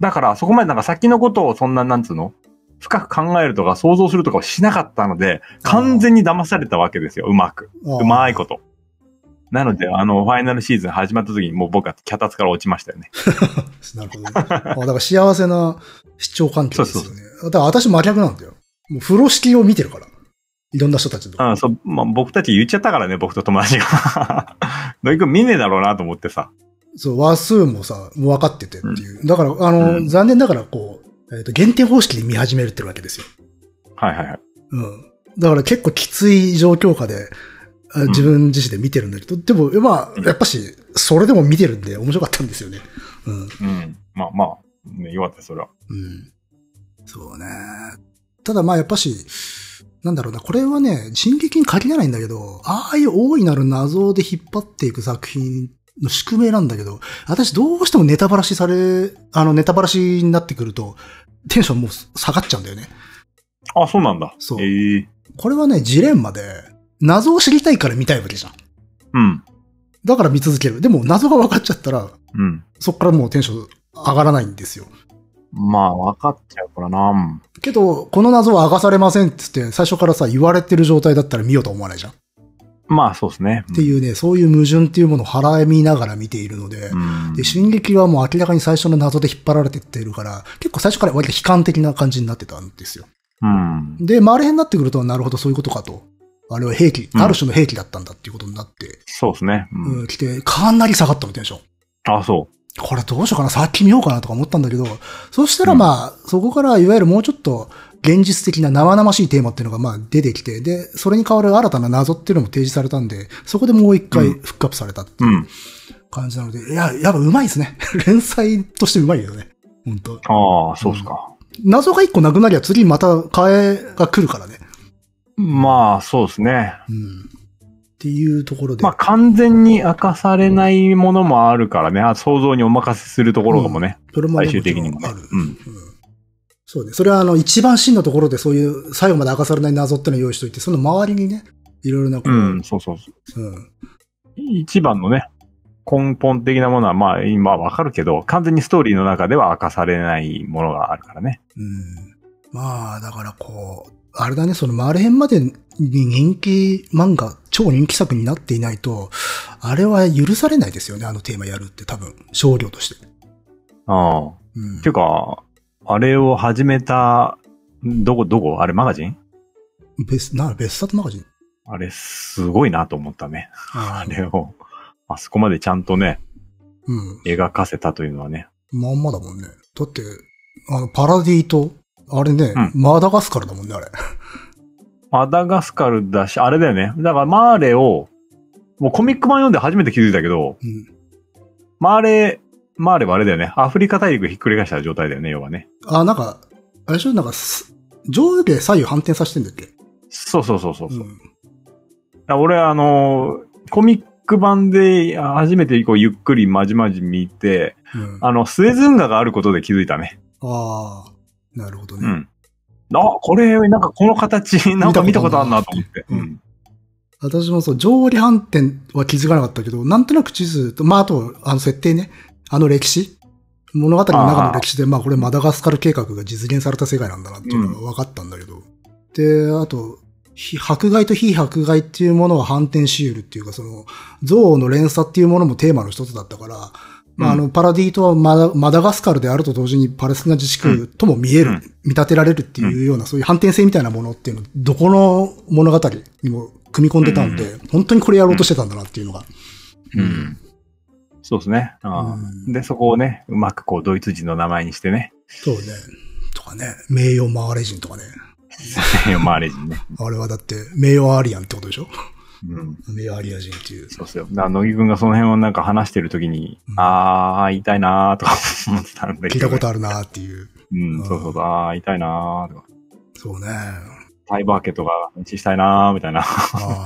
Speaker 1: だから、そこまでなんか先のことをそんな、なんつうの深く考えるとか想像するとかをしなかったので、完全に騙されたわけですよ、うまく。
Speaker 2: うん。
Speaker 1: うまいことと。なので、あの、ファイナルシーズン始まった時にもう僕は脚立から落ちましたよね。
Speaker 2: なるほどね。あだから幸せな視聴環境ですよね。
Speaker 1: そ
Speaker 2: だから私真逆なんだよ。もう風呂敷を見てるから。いろんな人たちと。
Speaker 1: うん、そう、まあ、僕たち言っちゃったからね、僕と友達が。 土井くん見ねえだろうなと思ってさ。
Speaker 2: そう、話数もさ、もう分かっててっていう。だから、あの、
Speaker 1: うん
Speaker 2: 残念ながらこう、えっ、と、限定方式で見始めるってるわけですよ。
Speaker 1: はいはいはい。
Speaker 2: うん。だから結構きつい状況下で、あ自分自身で見てるんだけど、でも、まあ、やっぱし、それでも見てるんで面白かったんですよね。うん。
Speaker 1: うん。まあまあ、ね、よかったです、それは。
Speaker 2: うん。そうね。ただまあやっぱし、なんだろうな、これはね、進撃に限らないんだけど、ああいう大いなる謎で引っ張っていく作品の宿命なんだけど、私どうしてもネタバラシされ、あの、ネタバラシになってくると、テンションもう下がっちゃうんだよね。
Speaker 1: あ、そうなんだ。
Speaker 2: そう
Speaker 1: ええ
Speaker 2: これはね、ジレンマで、謎を知りたいから見たいわけじゃん。
Speaker 1: うん。
Speaker 2: だから見続ける。でも謎が分かっちゃったら、
Speaker 1: うん。
Speaker 2: そっからもうテンション上がらないんですよ。
Speaker 1: まあ、分かっちゃうからな。うん
Speaker 2: けど、この謎は明かされませんって言って、最初からさ、言われてる状態だったら見ようとは思わないじゃん。っ
Speaker 1: まあ、そうですね。ってう
Speaker 2: いうね、そういう矛盾っていうものを払い見ながら見ているので、
Speaker 1: ん。うん
Speaker 2: で、進撃はもう明らかに最初の謎で引っ張られてってるから、結構最初から割と悲観的な感じになってたんですよ。
Speaker 1: うん。
Speaker 2: で、周りへんになってくると、なるほどそういうことかと。あれは兵器、
Speaker 1: うん
Speaker 2: ある種の兵器だったんだっていうことになって、
Speaker 1: そうですね。う。
Speaker 2: うんん、来て、かなり下がったのテンション。
Speaker 1: あ、そ
Speaker 2: これどうしようかな、さっき見ようかなとか思ったんだけど、そしたらまあ、そこからいわゆるもうちょっと現実的な生々しいテーマっていうのがまあ出てきて、で、それに代わる新たな謎っていうのも提示されたんで、そこでもう一回フックアップされたって
Speaker 1: う。。
Speaker 2: いううん感じなので、いや、やっぱうまいですね。 連載としてうまいよね。本当
Speaker 1: ああ、そうっすか。
Speaker 2: 謎が一個なくなりゃ次また替えが来るからね。
Speaker 1: まあ、そうですね。
Speaker 2: うん。っていうところで。
Speaker 1: まあ、完全に明かされないものもあるからね。あ想像にお任せするところがもね、
Speaker 2: それもね
Speaker 1: 最終的にも
Speaker 2: もち
Speaker 1: ね
Speaker 2: ろんある。。
Speaker 1: うん。
Speaker 2: そうね。それはあの、一番真のところでそういう、最後まで明かされない謎ってのを用意しといて、その周りにね、いろいろなこう、
Speaker 1: うん、そうそうそう。
Speaker 2: うん
Speaker 1: 一番のね、根本的なものは、まあ、今わかるけど、完全にストーリーの中では明かされないものがあるからね。
Speaker 2: うんまあ、だからこう、あれだね、その周り編までに人気漫画、超人気作になっていないと、あれは許されないですよね、あのテーマやるって多分、商業として。
Speaker 1: うん。
Speaker 2: うん
Speaker 1: ていうか、あれを始めた、どこ、どこあれマガジン
Speaker 2: 別、な、別冊マガジン。
Speaker 1: あれ、すごいなと思ったね。
Speaker 2: あ
Speaker 1: あれを、あそこまでちゃんとね、
Speaker 2: うん。
Speaker 1: 描かせたというのはね。
Speaker 2: まんまだもんね。だって、あの、パラディと、あれね、
Speaker 1: うん
Speaker 2: マダガスカルだもんね、あれ。
Speaker 1: マダガスカルだし、あれだよね。だからマーレをもうコミック版読んで初めて気づいたけど、
Speaker 2: うん。
Speaker 1: マーレ、マーレはあれだよね。アフリカ大陸ひっくり返した状態だよね、要はね。
Speaker 2: あ、なんか、あれでしょなんかす、上下左右反転させてんだっけ
Speaker 1: そうそうそうそう。う
Speaker 2: うん。
Speaker 1: 俺、あのーコミック版であ初めてこうゆっくりまじまじ見て、
Speaker 2: うん、あ
Speaker 1: あの、スエズンガがあることで気づいたね。
Speaker 2: あー、なるほど
Speaker 1: う
Speaker 2: ね。
Speaker 1: ん。あ、これ、なんかこの形、なんか見たことあるなと思って。
Speaker 2: う
Speaker 1: うんん。
Speaker 2: 私もそう、上下反転は気づかなかったけど、なんとなく地図と、まあ、あと、あの設定ね、あの歴史、物語の中の歴史で、まあ、これマダガスカル計画が実現された世界なんだなっていうのが分かったんだけど、で、あと、非迫害と非迫害っていうものは反転し得るっていうか、その、憎悪の連鎖っていうものもテーマの一つだったから、まあ、あの、パラディ島はマダマダガスカルであると同時にパレスチナ自治区とも見える、
Speaker 1: うん
Speaker 2: 見立てられるっていうような、そういう反転性みたいなものっていうの、どこの物語にも組み込んでたんで、
Speaker 1: うん
Speaker 2: 本当にこれやろうとしてたんだなっていうのが。
Speaker 1: うん。そうですね。あー
Speaker 2: うん
Speaker 1: で、そこをね、うまくこう、ドイツ人の名前にしてね。
Speaker 2: そうね。とかね、名誉マーレ人とかね。
Speaker 1: マーレ人ね。
Speaker 2: あれはだって、名誉アーリアンってことでしょ
Speaker 1: うん。
Speaker 2: 名誉アーリア人っていう。
Speaker 1: そうっすよ。だから乃木くんがその辺をなんか話してるときに、
Speaker 2: うん
Speaker 1: あー、痛いなーとか 思ってたんだ
Speaker 2: 聞
Speaker 1: け
Speaker 2: い
Speaker 1: ど。
Speaker 2: たことあるなっていう。
Speaker 1: うん、そうそうそう、あー、痛いなーとか。
Speaker 2: そうね。
Speaker 1: サイバー家とか、話したいなーみたいな。
Speaker 2: あー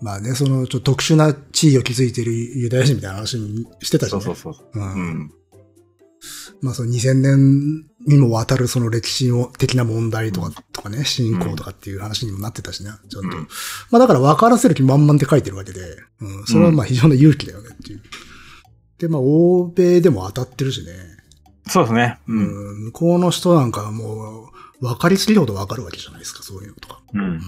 Speaker 2: まあね、その、ちょっと特殊な地位を築いているユダヤ人みたいな話してたじ
Speaker 1: そ
Speaker 2: ゃ、
Speaker 1: うん
Speaker 2: ね。
Speaker 1: そうそう。
Speaker 2: うん
Speaker 1: うん。
Speaker 2: まあその2000年にもわたるその歴史の的な問題とか、とかね、信仰とかっていう話にもなってたしね、ちゃんと。
Speaker 1: うん
Speaker 2: まあだから分からせる気満々って書いてるわけで、うん、それはまあ非常に勇気だよねっていう。で、まあ欧米でも当たってるしね、
Speaker 1: そうですね。う。
Speaker 2: うんん、向こうの人なんかはもう分かりすぎるほど分かるわけじゃないですか、そういうのとか。
Speaker 1: う。
Speaker 2: うんん。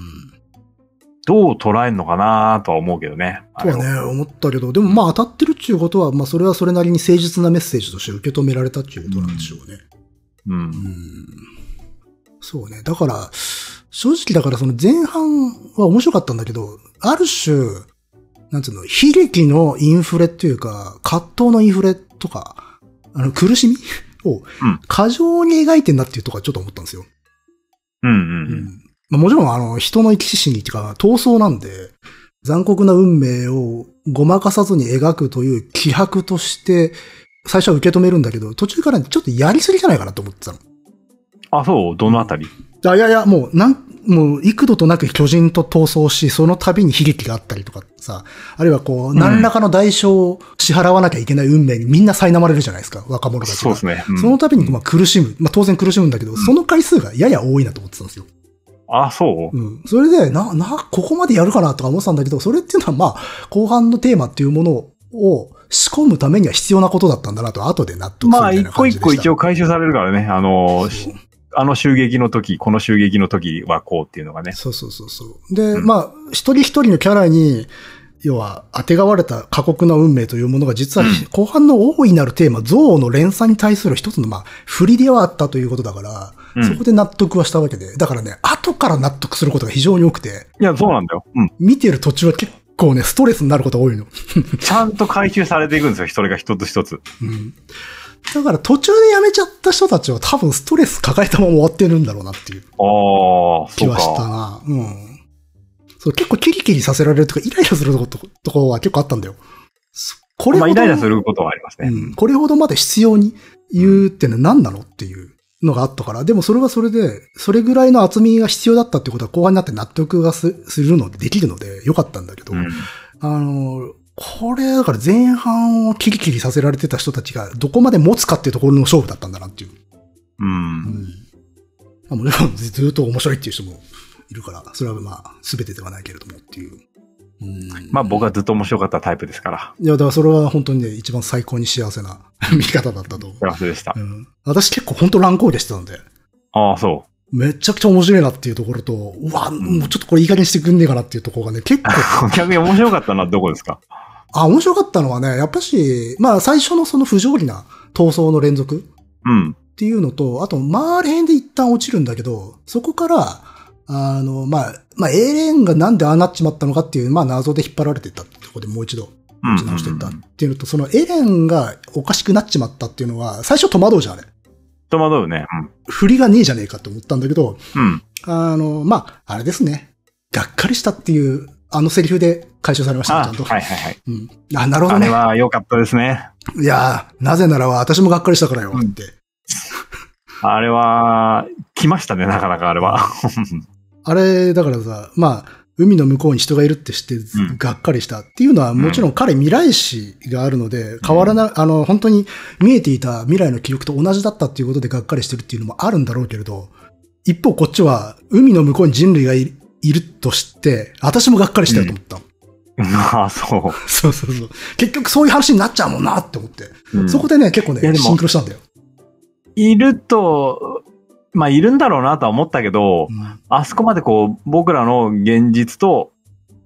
Speaker 1: どう捉えるのかなーとは思うけどね。あ
Speaker 2: と
Speaker 1: れ
Speaker 2: は
Speaker 1: を
Speaker 2: ね、思ったけど、でもまあ当たってるっていうことは、まあそれはそれなりに誠実なメッセージとして受け止められたっていうことなんでしょうね。
Speaker 1: う。
Speaker 2: うんんそうね。だから、正直だからその前半は面白かったんだけど、ある種、なんつうの、悲劇のインフレっていうか、葛藤のインフレとか、あの、苦しみを
Speaker 1: ん
Speaker 2: 過剰に描いてんなっていうとこはちょっと思ったんですよ。
Speaker 1: うん
Speaker 2: う
Speaker 1: うん
Speaker 2: んまあ、もちろん、あの、人の生き死にっていうか、闘争なんで、残酷な運命をごまかさずに描くという気迫として、最初は受け止めるんだけど、途中からちょっとやりすぎじゃないかなと思ってたの。
Speaker 1: あ、そうどのあたり
Speaker 2: あいやいや、もう、なん、もう、幾度となく巨人と闘争し、その度に悲劇があったりとかさ、あるいはこう、
Speaker 1: ん
Speaker 2: 何らかの代償を支払わなきゃいけない運命にみんな苛まれるじゃないですか、若者たちが。
Speaker 1: そうですね。うん
Speaker 2: その度に、まあ、苦しむ。まあ、当然苦しむんだけど、その回数がやや多いなと思ってたんですよ。
Speaker 1: あ、そう
Speaker 2: うん。それで、な、な、ここまでやるかなとか思ってたんだけど、それっていうのは、まあ、後半のテーマっていうものを仕込むためには必要なことだったんだなと、後で納得す
Speaker 1: ま
Speaker 2: る
Speaker 1: あ、
Speaker 2: みたい
Speaker 1: 一
Speaker 2: な
Speaker 1: 個
Speaker 2: 感
Speaker 1: 一
Speaker 2: じでした。
Speaker 1: 個一応回収されるからね。あの、しあの襲撃の時、この襲撃の時はこうっていうのがね。
Speaker 2: そうそうそうそう。で、
Speaker 1: うん
Speaker 2: まあ、一人一人のキャラに、要は、当てがわれた過酷な運命というものが、実は、
Speaker 1: うん
Speaker 2: 後半の大いなるテーマ、憎悪の連鎖に対する一つの、まあ、振りではあったということだから、
Speaker 1: うん
Speaker 2: そこで納得はしたわけで、だからね、後から納得することが非常に多くて、
Speaker 1: いや、そうなんだよ。うん。
Speaker 2: 見てる途中は結構ね、ストレスになることが多いの。
Speaker 1: ちゃんと回収されていくんですよ。それが一つ一つ。
Speaker 2: うん。だから途中でやめちゃった人たちは多分ストレス抱えたまま終わってるんだろうなっていう。
Speaker 1: ああ、
Speaker 2: 気
Speaker 1: そう
Speaker 2: はした
Speaker 1: か。
Speaker 2: な。うん。そう、結構キリキリさせられるとか、イライラするとことこは結構あったんだよ。そこれ
Speaker 1: ま
Speaker 2: ほ
Speaker 1: あ、
Speaker 2: ど、
Speaker 1: イライラすることはありますね。
Speaker 2: うん、これほどまで必要に言うってのは何なのっていうのがあったから、でもそれはそれで、それぐらいの厚みが必要だったってことは後半になって納得がすするので、できるので、よかったんだけど、
Speaker 1: うん。
Speaker 2: あの、これ、だから前半をキリキリさせられてた人たちが、どこまで持つかっていうところの勝負だったんだなっていう。
Speaker 1: うん。
Speaker 2: まあ、もちろんずずっと面白いっていう人もいるから、それはまあ、すべてではないけれどもっていう。うん
Speaker 1: まあ、僕はずっと面白かったタイプですから。
Speaker 2: いや、だからそれは本当にね、一番最高に幸せな見方だったと思う。
Speaker 1: 幸せでした
Speaker 2: う。ん、私結構本当乱高下してたんで、
Speaker 1: ああ、そ
Speaker 2: めちゃくちゃ面白いなっていうところと、うわ、もうちょっとこれいい加減してくんねえかなっていうところがね、結構、
Speaker 1: う。 逆に面白かったのはどこですか
Speaker 2: あ、面白かったのはね、やっぱし、まあ最初のその不条理な闘争の連続
Speaker 1: うん。
Speaker 2: っていうのと、あと、マーレ編で一旦落ちるんだけど、そこから、あの、まあ、まあ、エーレンがなんでああなっちまったのかっていう、まあ、謎で引っ張られてったってとこでもう一度
Speaker 1: うん。
Speaker 2: 持ち直してったっていうのと、そのエーレンがおかしくなっちまったっていうのは、最初戸惑うじゃん、あれ。
Speaker 1: 戸惑うね。
Speaker 2: 振りがねえじゃねえかと思ったんだけど、
Speaker 1: うん。うん。
Speaker 2: あの、まあ、あれですね。がっかりしたっていうあのセリフで解消されました、ちゃんと。
Speaker 1: はいはいはい。
Speaker 2: うん。あ、なるほ
Speaker 1: あ
Speaker 2: ど
Speaker 1: れ
Speaker 2: ね。
Speaker 1: は良かったですね。
Speaker 2: いやーなぜならば私もがっかりしたからよ、
Speaker 1: うん
Speaker 2: って。
Speaker 1: あれは、来ましたね、なかなかあれは。
Speaker 2: あれ、だからさ、まあ、海の向こうに人がいるって知って
Speaker 1: う、ん
Speaker 2: がっかりしたっていうのは、もちろん彼未来史があるので、変わらな、あの、本当に見えていた未来の記憶と同じだったっていうことでがっかりしてるっていうのもあるんだろうけれど、一方こっちは、海の向こうに人類がいいると知って、私もがっかりしたよと思った。
Speaker 1: まあ、そ
Speaker 2: そうそうそう。結局そういう話になっちゃうもんなって思って。
Speaker 1: う。うん
Speaker 2: そこでね、結構
Speaker 1: いや
Speaker 2: ね、
Speaker 1: でも
Speaker 2: シンクロしたんだよ。
Speaker 1: いると、まあ、いるんだろうなとは思ったけど
Speaker 2: う、ん
Speaker 1: あそこまでこう、僕らの現実と、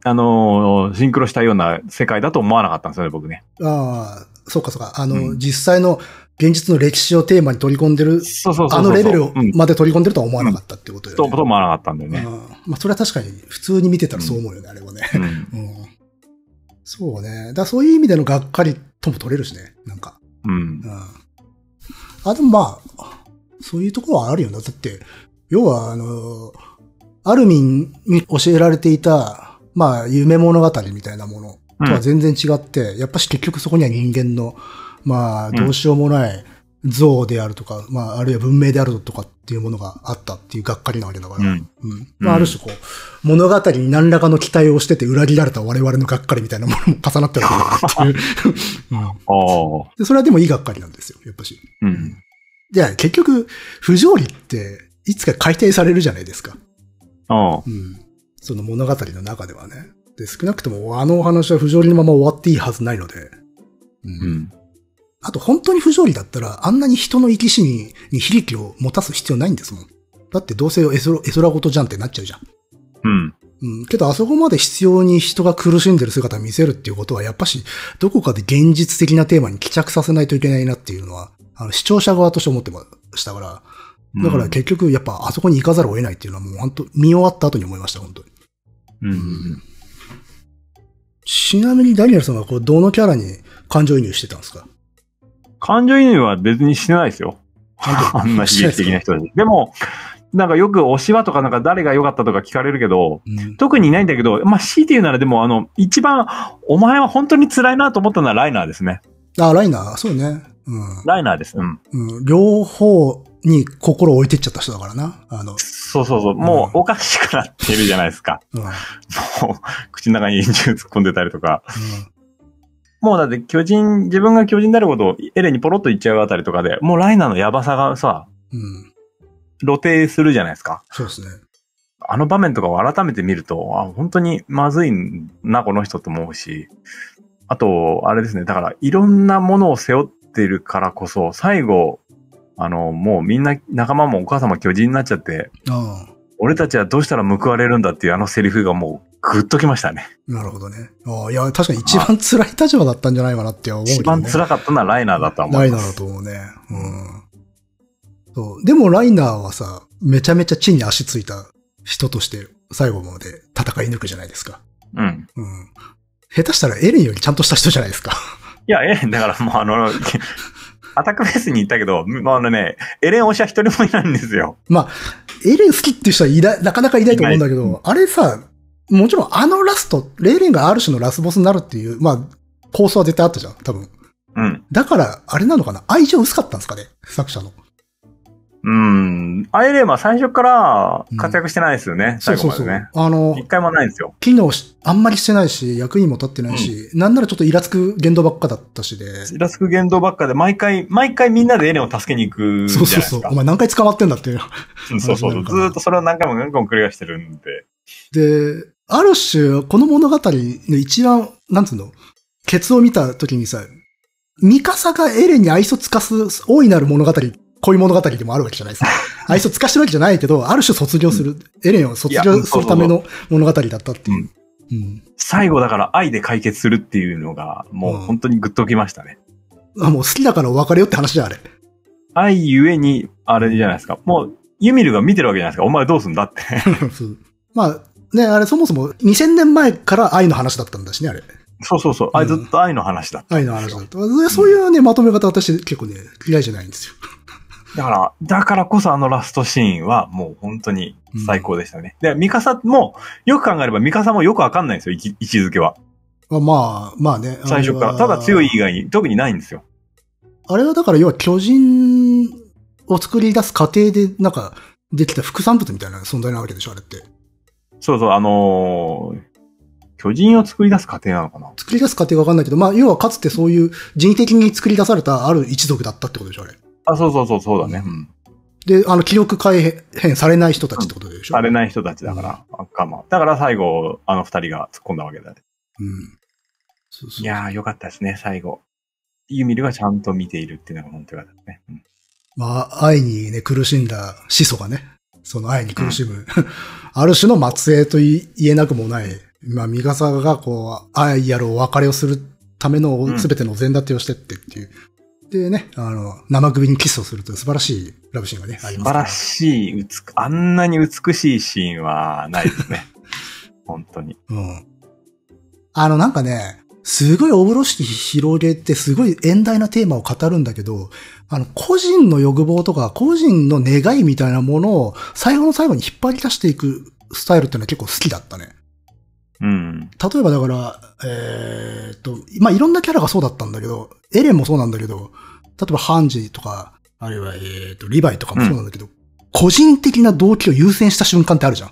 Speaker 1: あのーシンクロしたような世界だと思わなかったんですよね、僕ね。
Speaker 2: ああ、そうかそうか。あの、
Speaker 1: うん
Speaker 2: 実際の現実の歴史をテーマに取り込んでる
Speaker 1: そうそうそうそう。
Speaker 2: あのレベルを
Speaker 1: うん、
Speaker 2: まで取り込んでるとは思わなかったってことだ
Speaker 1: と
Speaker 2: よね。
Speaker 1: と思わなかったんだよね。
Speaker 2: うんまあ、それは確かに、普通に見てたらそう思うよね、あれはね。
Speaker 1: うん。
Speaker 2: うん、そうね。だからそういう意味でのがっかりとも取れるしね、なんか。
Speaker 1: うん
Speaker 2: う。ん、あ、でもまあ、そういうところはあるよな。だって、要は、あの、アルミンに教えられていた、まあ、夢物語みたいなもの
Speaker 1: うん
Speaker 2: とは全然違って、やっぱし結局そこには人間の、まあ、
Speaker 1: ん
Speaker 2: どうしようもない像であるとか、まあ、あるいは文明であるとかっていうものがあったっていうがっかりなわけだから、
Speaker 1: う
Speaker 2: うんん。まあ、ある種こう、物語に何らかの期待をしてて裏切られた我々のがっかりみたいなものも重なってるっていう、うん
Speaker 1: ああ。
Speaker 2: で。それはでもいいがっかりなんですよ、やっぱし。
Speaker 1: うん。
Speaker 2: いや、結局、不条理って、いつか解体されるじゃないですか。
Speaker 1: ああ。
Speaker 2: うん。その物語の中ではね。で、少なくとも、あのお話は不条理のまま終わっていいはずないので。うん
Speaker 1: うん。
Speaker 2: あと、本当に不条理だったら、あんなに人の生き死にに悲劇を持たす必要ないんですもん。だって、どうせ絵空絵空事じゃんってなっちゃうじゃん。
Speaker 1: うん。
Speaker 2: うん。けど、あそこまで必要に人が苦しんでる姿を見せるっていうことは、やっぱし、どこかで現実的なテーマに帰着させないといけないなっていうのは、あの、視聴者側として思ってましたから、だから結局、やっぱあそこに行かざるを得ないっていうのはもう本当、見終わった後に思いました、本当に。
Speaker 1: うん。
Speaker 2: ちなみにダニエルさんはこう、どのキャラに感情移入してたんですか
Speaker 1: 感情移入は別にしてないですよ。 あんな悲劇的な人たち。でも、なんかよくおし話とかなんか誰が良かったとか聞かれるけど、
Speaker 2: うん。
Speaker 1: 特にいないんだけど、まあ、強いて言うならでも、あの、一番、お前は本当に辛いなと思ったのはライナーですね。
Speaker 2: あ、ライナー、そうね。うん
Speaker 1: ライナーです。うん。
Speaker 2: うん。両方に心を置いてっちゃった人だからな。あの、
Speaker 1: そうそうそう。もう、おかしくなってるじゃない ですか。
Speaker 2: うん。うん
Speaker 1: もう、口の中に円柱突っ込んでたりとか。もうだって巨人、自分が巨人であることをエレンにポロッと言っちゃうあたりとかで、もうライナーのやばさがさ、
Speaker 2: うん。
Speaker 1: 露呈するじゃないですか。
Speaker 2: そうですね。
Speaker 1: あの場面とかを改めて見ると、あ、本当にまずいな、この人と思うし。あと、あれですね。だから、いろんなものを背負っているからこそ、最後、あの、もうみんな仲間もお母さんも巨人になっちゃって、
Speaker 2: あ
Speaker 1: 俺たちはどうしたら報われるんだっていうあのセリフがもうグッときましたね。
Speaker 2: あ。なるほどね。ああ、いや、確かに一番辛い立場だったんじゃないかなって思うけど、ね。
Speaker 1: 一番辛かったのはライナーだとは思
Speaker 2: ラ
Speaker 1: い
Speaker 2: イ
Speaker 1: ま
Speaker 2: ナーだ
Speaker 1: す。
Speaker 2: と思うね。うん。そう。でもライナーはさ、めちゃめちゃ地に足ついた人として最後まで戦い抜くじゃないですか。
Speaker 1: うん。
Speaker 2: うん。下手したらエレンよりちゃんとした人じゃないですか。
Speaker 1: いや、エ レン、だからもうあの、アタックフェスに行ったけど、まああのね、エレン推しは一人もいないんですよ。
Speaker 2: まあ、エレン好きっていう人はいない、なかなかいないと思うんだけど、あれさ、もちろんあのラスト、エレンがある種のラスボスになるっていう、まあ、構想は絶対あったじゃん、多分。
Speaker 1: うん。
Speaker 2: だから、あれなのかな愛情薄かったんですかね作者の。
Speaker 1: うん。あエレンは最初から活躍してないですよね、最後までね。
Speaker 2: あの、
Speaker 1: 一回もないんですよ。
Speaker 2: 機能し、あんまりしてないし、役にも立ってないし、なんならちょっとイラつく言動ばっかだったしで。
Speaker 1: イラつく言動ばっかで、毎回、毎回みんなでエレンを助けに行くじゃない
Speaker 2: そ
Speaker 1: うです
Speaker 2: そう
Speaker 1: か。
Speaker 2: そう。お前何回捕まってんだっていう。
Speaker 1: うんそうそうそう。ずーっとそれを何回も何回も繰り返してるんで。
Speaker 2: で、ある種、この物語の一番、なんつうの、ケツを見た時にさ、ミカサがエレンに愛想つかす、大いなる物語、恋物語でもあるわけじゃないですか。愛想つかしてるわけじゃないけど、ある種卒業する、エレンを卒
Speaker 1: いやう
Speaker 2: 業
Speaker 1: ん
Speaker 2: す
Speaker 1: そうそう
Speaker 2: る
Speaker 1: そ
Speaker 2: た
Speaker 1: う
Speaker 2: めの物語だったっていう。うん。
Speaker 1: 最後だから愛で解決するっていうのが、もう本当にグッときましたね。
Speaker 2: あもう好きだからお別れよって話じゃんあれ。
Speaker 1: 愛ゆえに、あれじゃないですか。もう、ユミルが見てるわけじゃないですか。お前どうすんだって。
Speaker 2: そうまあ、ね、あれそもそも2000年前から愛の話だったんだしね、あれ。
Speaker 1: そうそうそう。あれずっと愛の話だった。
Speaker 2: 愛の話だった。そういうね、まとめ方私結構ね、嫌いじゃないんですよ。
Speaker 1: だから、だからこそあのラストシーンはもう本当に最高でしたね。で、ミカサも、よく考えればミカサもよくわかんないんですよ、位置位置づけは。
Speaker 2: あまあ、まあね。あれは
Speaker 1: 最初から。ただ強い以外に特にないんですよ。
Speaker 2: あれはだから要は巨人を作り出す過程で、なんか、できた副産物みたいな存在なわけでしょ、あれって。
Speaker 1: そうそう、あのー巨人を作り出す過程なのかな
Speaker 2: 作り出す過程がわかんないけど、まあ、要はかつてそういう人為的に作り出されたある一族だったってことでしょ、あれ。
Speaker 1: あ、そうそうそう、そうだね。うん。
Speaker 2: で、あの、記憶改変されない人たちってことでしょ。
Speaker 1: されない人たちだから、あかま。だから最後、あの二人が突っ込んだわけだね。
Speaker 2: うん。そうそう
Speaker 1: いやー、よかったですね、最後。ユミルがちゃんと見ているっていうのが本当よかったですね。うん
Speaker 2: まあ、愛にね、苦しんだ始祖がね、その愛に苦しむ、ある種の末裔とい言えなくもない、まあ、ミガサがこう、愛やるお別れをするため
Speaker 1: う
Speaker 2: の
Speaker 1: ん
Speaker 2: 全てのお膳立てをしてってっていう。でね、あの、生首にキスをするという素晴らしいラブシーンがね、あり
Speaker 1: 素晴
Speaker 2: ますから
Speaker 1: しい、美あんなに美しいシーンはないです ね。本当に。
Speaker 2: うん。あの、なんかね、すごいお風呂敷広げて、すごい遠大なテーマを語るんだけど、あの、個人の欲望とか、個人の願いみたいなものを、最後の最後に引っ張り出していくスタイルっていうのは結構好きだったね。
Speaker 1: うん。
Speaker 2: 例えばだから、えーっと、まあ、いろんなキャラがそうだったんだけど、エレンもそうなんだけど、例えばハンジとか、あるいは、えーっと、リヴァイとかもそうなんだけど、個人的な動機を優先した瞬間ってあるじゃん。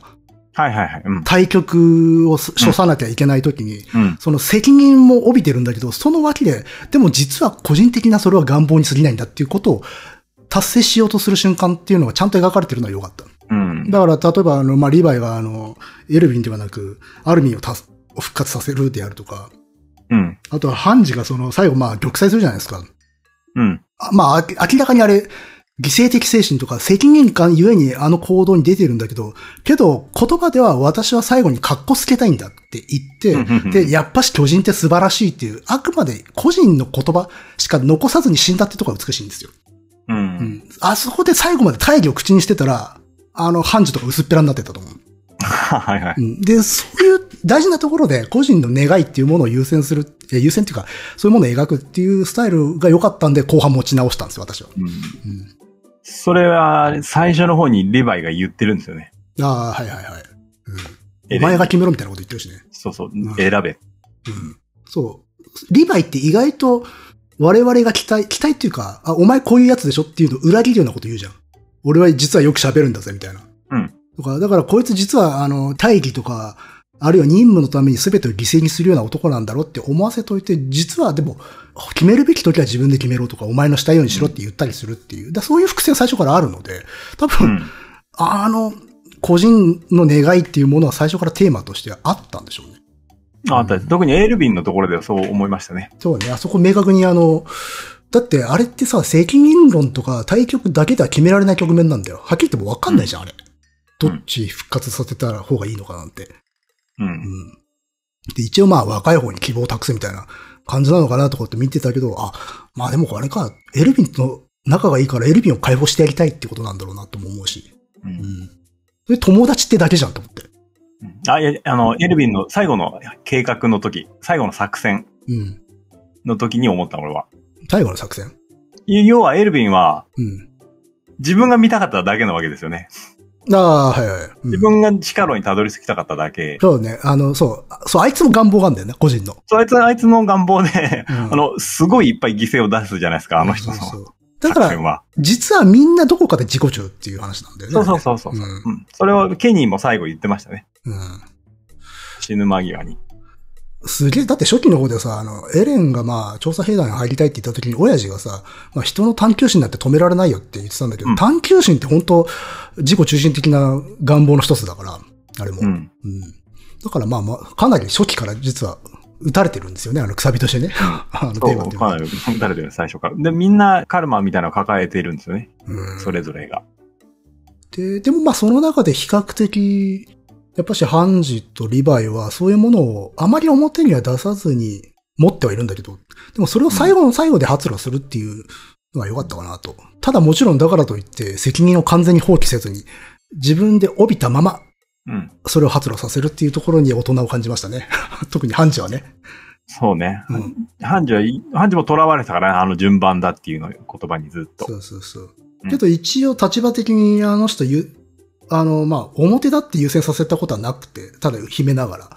Speaker 1: はいはいはい。うん。
Speaker 2: 対局を処さなきゃいけない時に、
Speaker 1: うん。
Speaker 2: その責任も帯びてるんだけど、その脇で、でも実は個人的なそれは願望に過ぎないんだっていうことを達成しようとする瞬間っていうのがちゃんと描かれてるのは良かった。
Speaker 1: うん。
Speaker 2: だから、例えば、あの、まあ、リヴァイが、あの、エルヴィンではなく、アルミンをたすを復活させるであるとか、
Speaker 1: うん。
Speaker 2: あとはハンジがその、最後、まあ、玉砕するじゃないですか。
Speaker 1: うん。
Speaker 2: あまあ、明明らかにあれ、犠牲的精神とか責任感ゆえにあの行動に出てるんだけど、けど言葉では私は最後に格好つけたいんだって言
Speaker 1: うんうんう
Speaker 2: っ
Speaker 1: ん
Speaker 2: て、で、やっぱし巨人って素晴らしいっていう、あくまで個人の言葉しか残さずに死んだってとこが美しいんですよ。
Speaker 1: う。
Speaker 2: うんん。あそこで最後まで大義を口にしてたら、あの、ハンジとか薄っぺらになってたと思う。
Speaker 1: はいはい。
Speaker 2: うんで、そういう大事なところで個人の願いっていうものを優先する、え優先っていうか、そういうものを描くっていうスタイルが良かったんで、後半持ち直したんですよ、私は。
Speaker 1: うん。
Speaker 2: うん。
Speaker 1: それは、最初の方にレヴァイが言ってるんですよね。
Speaker 2: ああ、はいはいはい。うん、
Speaker 1: エレ
Speaker 2: お
Speaker 1: ン
Speaker 2: 前が決めろみたいなこと言ってるしね。
Speaker 1: そうそう
Speaker 2: うん。
Speaker 1: 選べ。
Speaker 2: うん、そう。リヴァイって意外と我々が期待、期待っていうか、あ、お前こういうやつでしょっていうのを裏切るようなこと言うじゃん。俺は実はよく喋るんだぜ、みたいな。
Speaker 1: うん。
Speaker 2: とか、だからこいつ実は、あの、大義とか、あるいは任務のために全てを犠牲にするような男なんだろうって思わせといて、実はでも、決めるべき時は自分で決めろとか、お前のしたいようにしろって言ったりするっていう。だそういう伏線最初からあるので、多
Speaker 1: う
Speaker 2: 分、
Speaker 1: ん。
Speaker 2: あの、個人の願いっていうものは最初からテーマとしてあったんでしょうね。
Speaker 1: あったです特にエルヴィンのところではそう思いましたね。
Speaker 2: そうね、あそこ明確にあの、だってあれってさ、責任論とか対局だけでは決められない局面なんだよ。はっきり言ってもわかんないじゃん、あれ。どっち復活させた方がいいのかなんて。
Speaker 1: う。
Speaker 2: うんん。で、一応まあ若い方に希望を託すみたいな感じなのかなとかって見てたけど、あ、まあでもあれか、エルヴィンと仲がいいからエルヴィンを解放してやりたいってことなんだろうなとも思うし。
Speaker 1: う
Speaker 2: うんん。で、友達ってだけじゃんと思って。
Speaker 1: あ、いや、あの、エルヴィンの最後の計画の時、最後の作戦
Speaker 2: うん。
Speaker 1: の時に思った、俺は。
Speaker 2: 最後の作戦。
Speaker 1: 要はエルヴィンは、
Speaker 2: うん。
Speaker 1: 自分が見たかっただけなわけですよね。
Speaker 2: ああ、はいはい。うん
Speaker 1: 自分が力にたどり着きたかっただけ。
Speaker 2: そうね。あの、そう。あそう、あいつも願望があんだよね、個人の。
Speaker 1: そうあいつ、あいつの願望で、
Speaker 2: うん
Speaker 1: あの、すごいいっぱい犠牲を出すじゃないですか、あの人の
Speaker 2: そ
Speaker 1: 作
Speaker 2: うそうだから
Speaker 1: 戦、は。
Speaker 2: 実はみんなどこかで自己中っていう話なんだよね。
Speaker 1: そうそうそうそう。
Speaker 2: う。
Speaker 1: うんん。それをケニーも最後言ってましたね。
Speaker 2: うん。
Speaker 1: 死ぬ間際に。
Speaker 2: すげえ、だって初期の方でさ、あの、エレンがまあ、調査兵団に入りたいって言った時に、親父がさ、まあ、人の探求心なんて止められないよって言ってたんだけど、
Speaker 1: うん
Speaker 2: 探求心って本当自己中心的な願望の一つだから、あれも。
Speaker 1: うん。
Speaker 2: うん。だからまあまあ、かなり初期から実は、打たれてるんですよね、あの、くさびとしてね。 あの、
Speaker 1: そ
Speaker 2: テーマっ
Speaker 1: う、
Speaker 2: ていうのは
Speaker 1: かなり打たれてる、最初から。で、みんなカルマみたいなのを抱えているんですよね。
Speaker 2: うん
Speaker 1: それぞれが。
Speaker 2: で、でもまあその中で比較的、やっぱしハンジとリヴァイはそういうものをあまり表には出さずに持ってはいるんだけど、でもそれを最後の最後で発露するっていうのが良かったかなと。ただもちろんだからといって責任を完全に放棄せずに、自分で帯びたまま、
Speaker 1: うん。
Speaker 2: それを発露させるっていうところに大人を感じましたね。 特にハンジはね。
Speaker 1: そうね。
Speaker 2: うん。
Speaker 1: ハンジは、ハンジも囚われてたからね、あの順番だっていうの言葉にずっと。
Speaker 2: そうそうそう。けど一応立場的にあの人ゆ、あの、まあ、表だって優先させたことはなくて、ただ秘めながら。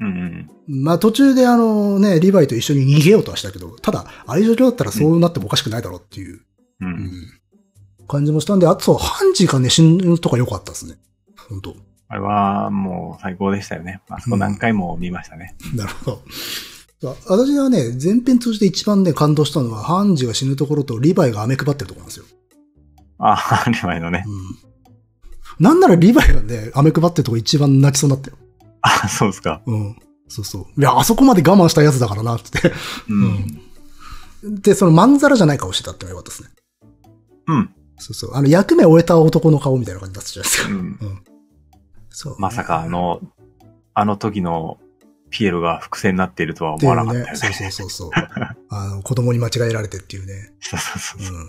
Speaker 1: うんうん。
Speaker 2: まあ、途中であのね、リヴァイと一緒に逃げようとはしたけど、ただ、ああいう状況だったらそうなってもおかしくないだろうっていう、
Speaker 1: う。
Speaker 2: うんん、感じもしたんで、あとそう、ハンジがね、死ぬとか良かったですね。本当
Speaker 1: あれは、もう最高でしたよね。あそこ何回も見ましたね。
Speaker 2: なるほど。私はね、前編通じて一番ね、感動したのは、ハンジが死ぬところとリヴァイが飴配ってるところなんですよ。
Speaker 1: ああ、リヴァイのね。
Speaker 2: うん。なんならリヴァイがね、飴配ってるところ一番泣きそうになったよ。
Speaker 1: あそうですか。
Speaker 2: うん。そうそう。いや、あそこまで我慢したやつだからな、つって。
Speaker 1: うん。
Speaker 2: で、そのまんざらじゃない顔してたってのが良かったですね。
Speaker 1: うん。
Speaker 2: そうそう。あの、役目終えた男の顔みたいな感じだったじゃないです
Speaker 1: う
Speaker 2: か。
Speaker 1: ん。
Speaker 2: そう。
Speaker 1: まさかあの、あの時のピエロが伏線になっているとは思わなかったよ
Speaker 2: って
Speaker 1: ね。
Speaker 2: いうね。そうそう そうそう。あの、子供に間違えられてっていうね。
Speaker 1: そうそうそうそう。
Speaker 2: うん。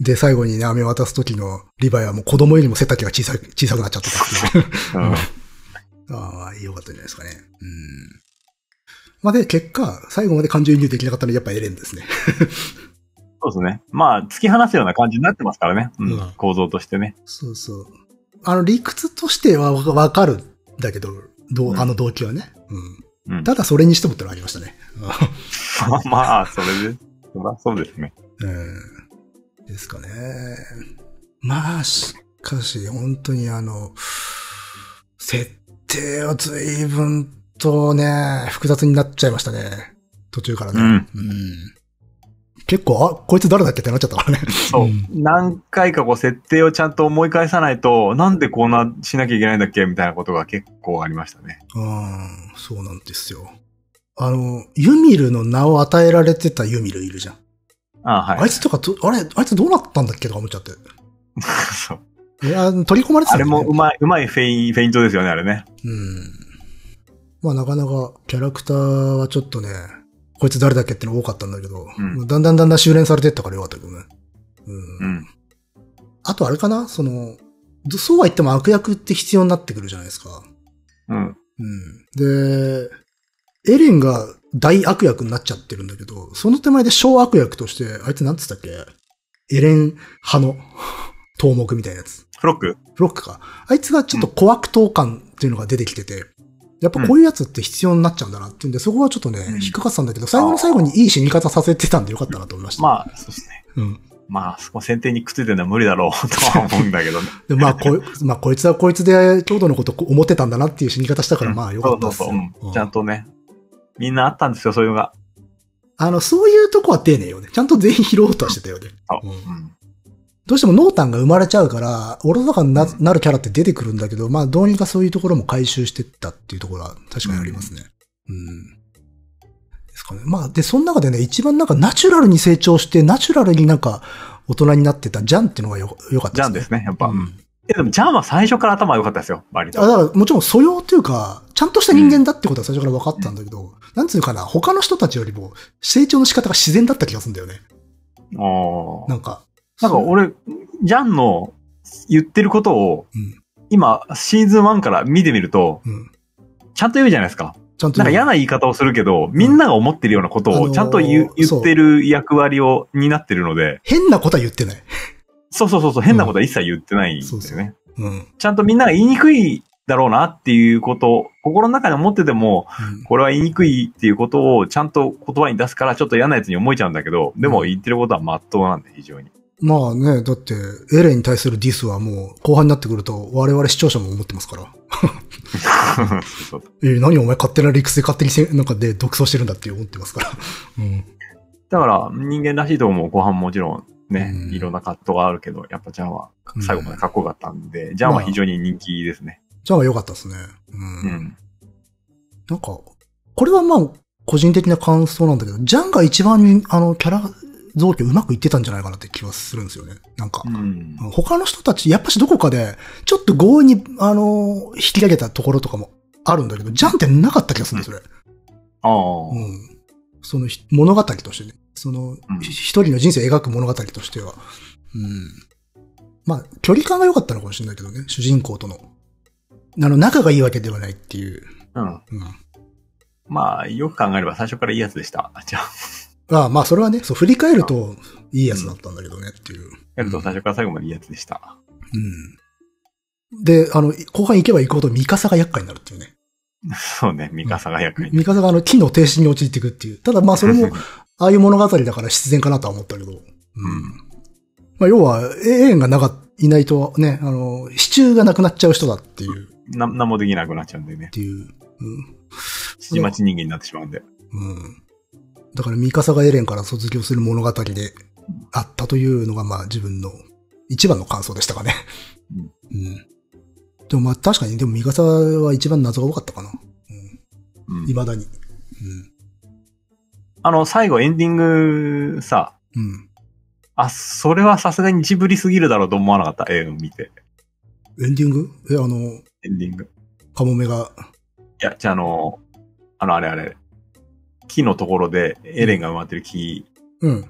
Speaker 2: で、最後にね、飴渡す時のリヴァイはもう子供よりも背丈が小さく小さくなっちゃったっていう。
Speaker 1: うん
Speaker 2: ああ、良かったんじゃないですかね。うん。まあ、で、結果、最後まで感情移入できなかったのはやっぱエレンですね。
Speaker 1: そうですね。まあ、突き放すような感じになってますからね。うん
Speaker 2: うん
Speaker 1: 構造としてね。
Speaker 2: そうそう。あの、理屈としてはわわかるんだけど、どう
Speaker 1: うん
Speaker 2: あの動機はね。うん。
Speaker 1: うん。
Speaker 2: ただ、それにしてもってのはありましたね。
Speaker 1: まあ、それで、そらそうですね。
Speaker 2: うんですかね。まあ、しかし、本当にあの、設定は随分とね、複雑になっちゃいましたね。途中からね。
Speaker 1: うん
Speaker 2: 結構、あ、こいつ誰だっけってなっちゃったからね。
Speaker 1: そう。
Speaker 2: うん
Speaker 1: 何回かこう、設定をちゃんと思い返さないと、なんでこんなしなきゃいけないんだっけみたいなことが結構ありましたね。
Speaker 2: うん、そうなんですよ。あの、ユミルの名を与えられてたユミルいるじゃん。
Speaker 1: あはい。
Speaker 2: あいつとかど、あれ、あいつどうなったんだっけとか思っちゃって。
Speaker 1: そう
Speaker 2: いや取り込まれてた
Speaker 1: あ
Speaker 2: んだ
Speaker 1: れ
Speaker 2: よね
Speaker 1: もうまい、うまいフェイン、フェイントですよね、あれね。
Speaker 2: うん。まあなかなかキャラクターはちょっとね、こいつ誰だっけっての多かったんだけど、
Speaker 1: うん
Speaker 2: だんだんだんだん修練されてったからよかったけどね。うん。
Speaker 1: うん。
Speaker 2: あとあれかなその、どそうは言っても悪役って必要になってくるじゃないですか。
Speaker 1: うん。
Speaker 2: うん。で、エレンが大悪役になっちゃってるんだけど、その手前で小悪役として、あいつなんつったっけエレン派の 頭目みたいなやつ。
Speaker 1: フロック
Speaker 2: フロックか。あいつがちょっと小悪党感っていうのが出てきてて、やっぱこういうやつって必要になっちゃうんだなっていうんで、そこはちょっとね、
Speaker 1: うん
Speaker 2: 引っかかってたんだけど、最後の最後にいい死に方させてたんでよかったなと思いました。
Speaker 1: まあ、そうですね。
Speaker 2: うん。
Speaker 1: まあ、そこ選定にくっついてるのは無理だろうとは思うんだけ どね。
Speaker 2: で、まあ、こい、まあ、こいつはこいつで、強度のこと思ってたんだなっていう死に方したから、まあ、よかった
Speaker 1: そう
Speaker 2: です
Speaker 1: そう
Speaker 2: よ
Speaker 1: そううん。
Speaker 2: うん
Speaker 1: ちゃんとね。みんなあったんですよ、そういうのが。
Speaker 2: あの、そういうとこは丁寧よね。ちゃんと全員拾おうとはしてたよね。
Speaker 1: そう
Speaker 2: うん
Speaker 1: うん。
Speaker 2: どうしても濃淡が生まれちゃうから、おろそかにななるキャラって出てくるんだけど、まあどうにかそういうところも回収してったっていうところは確かにありますね。うん。ですかね。まあで、その中でね、一番なんかナチュラルに成長して、ナチュラルになんか大人になってたジャンっていうのがよよかっ
Speaker 1: ジャ
Speaker 2: た
Speaker 1: ン
Speaker 2: で
Speaker 1: です
Speaker 2: ね。
Speaker 1: すね、やっぱ。
Speaker 2: う
Speaker 1: いや、
Speaker 2: ん
Speaker 1: でもジャンは最初から頭良かったですよ、割と。
Speaker 2: あだからもちろん素養というか、ちゃんとした人間だってことは最初から分かったんだけど、なんつうかな、他の人たちよりも成長の仕方が自然だった気がするんだよね。
Speaker 1: おー
Speaker 2: なんか。
Speaker 1: なんか俺、ジャンの言ってることを、
Speaker 2: うん
Speaker 1: 今、シーズン1から見てみると、
Speaker 2: うん。
Speaker 1: ちゃんと言うじゃないですか。
Speaker 2: ちゃんと。
Speaker 1: なんか嫌な言い方をするけど、みんなが思ってるようなこと
Speaker 2: あの
Speaker 1: を
Speaker 2: ー
Speaker 1: ちゃんと言,、う
Speaker 2: そ
Speaker 1: 言
Speaker 2: う
Speaker 1: ってる役割を、になってるので、
Speaker 2: 変なことは言ってない。
Speaker 1: そうそうそうそう、変なことは一切言ってないんです
Speaker 2: そ
Speaker 1: よ
Speaker 2: う
Speaker 1: ね。
Speaker 2: そううん。
Speaker 1: ちゃんとみんなが言いにくいだろうなっていうことを、心の中に思ってても、
Speaker 2: うん
Speaker 1: これは言いにくいっていうことをちゃんと言葉に出すから、ちょっと嫌なやつに思えちゃうんだけど、でも言ってることは真っ当なんで、非常に。
Speaker 2: まあね、だって、エレンに対するディスはもう、後半になってくると、我々視聴者も思ってますから。
Speaker 1: そうそう
Speaker 2: え、何お前勝手な理屈で勝手にせ、なんかで、独走してるんだって思ってますから。うん。
Speaker 1: だから、人間らしいとこも後半もちろんね、
Speaker 2: うん
Speaker 1: いろんな葛藤があるけど、やっぱジャンは最後までかっこよかったんで、ジャンは非常に人気ですね。
Speaker 2: じゃあ良かったですね。うん。
Speaker 1: うん。
Speaker 2: なんか、これはまあ、個人的な感想なんだけど、ジャンが一番、あの、キャラ造形うまくいってたんじゃないかなって気はするんですよね。なんか
Speaker 1: う。ん。
Speaker 2: 他の人たち、やっぱしどこかで、ちょっと強引に、あの、引き上げたところとかもあるんだけど、ジャンってなかった気がするんですよ、それ。
Speaker 1: ああ。
Speaker 2: うん、そのひ物語としてね、その、
Speaker 1: うん
Speaker 2: ひ一人の人生を描く物語としては、うん、まあ、距離感が良かったのかもしれないけどね、主人公との。あの、仲がいいわけではないっていう。
Speaker 1: うん。
Speaker 2: うん。
Speaker 1: まあ、よく考えれば最初からいいやつでした。じゃあ。
Speaker 2: ああまあ、それはね、そう、振り返ると、いいやつだったんだけどねっていう。
Speaker 1: やると最初から最後までいいやつでした。
Speaker 2: うん。で、あの、後半行けば行くほど、ミカサが厄介になるっていうね。
Speaker 1: そうね、ミカサが厄介に。
Speaker 2: ミカサがあの、木の停止に陥っていくっていう。ただまあ、それも、ああいう物語だから必然かなとは思ったけど。うん。まあ、要は、永遠がなか、いないとね、あの、支柱がなくなっちゃう人だっていう、っ
Speaker 1: な、なんもできなくなっちゃうんでね。
Speaker 2: ていう。うん。
Speaker 1: 七町人間になってしまうんで。
Speaker 2: うん。だから、ミカサがエレンから卒業する物語であったというのが、まあ、自分の一番の感想でしたかね。
Speaker 1: うん
Speaker 2: うん。でもまあ、確かに、でもミカサは一番謎が多かったかな。
Speaker 1: うん。
Speaker 2: 未だに。
Speaker 1: あの、最後エンディングさ、
Speaker 2: うん。うん。
Speaker 1: あ、それはさすがにジブリすぎるだろうと思わなかった。映画を見て。
Speaker 2: エンディングえ、あの、
Speaker 1: エンディング。
Speaker 2: カモメが、
Speaker 1: いや、じゃあ、あの、あの、あれあれ。木のところで、エレンが埋まってる木
Speaker 2: うん。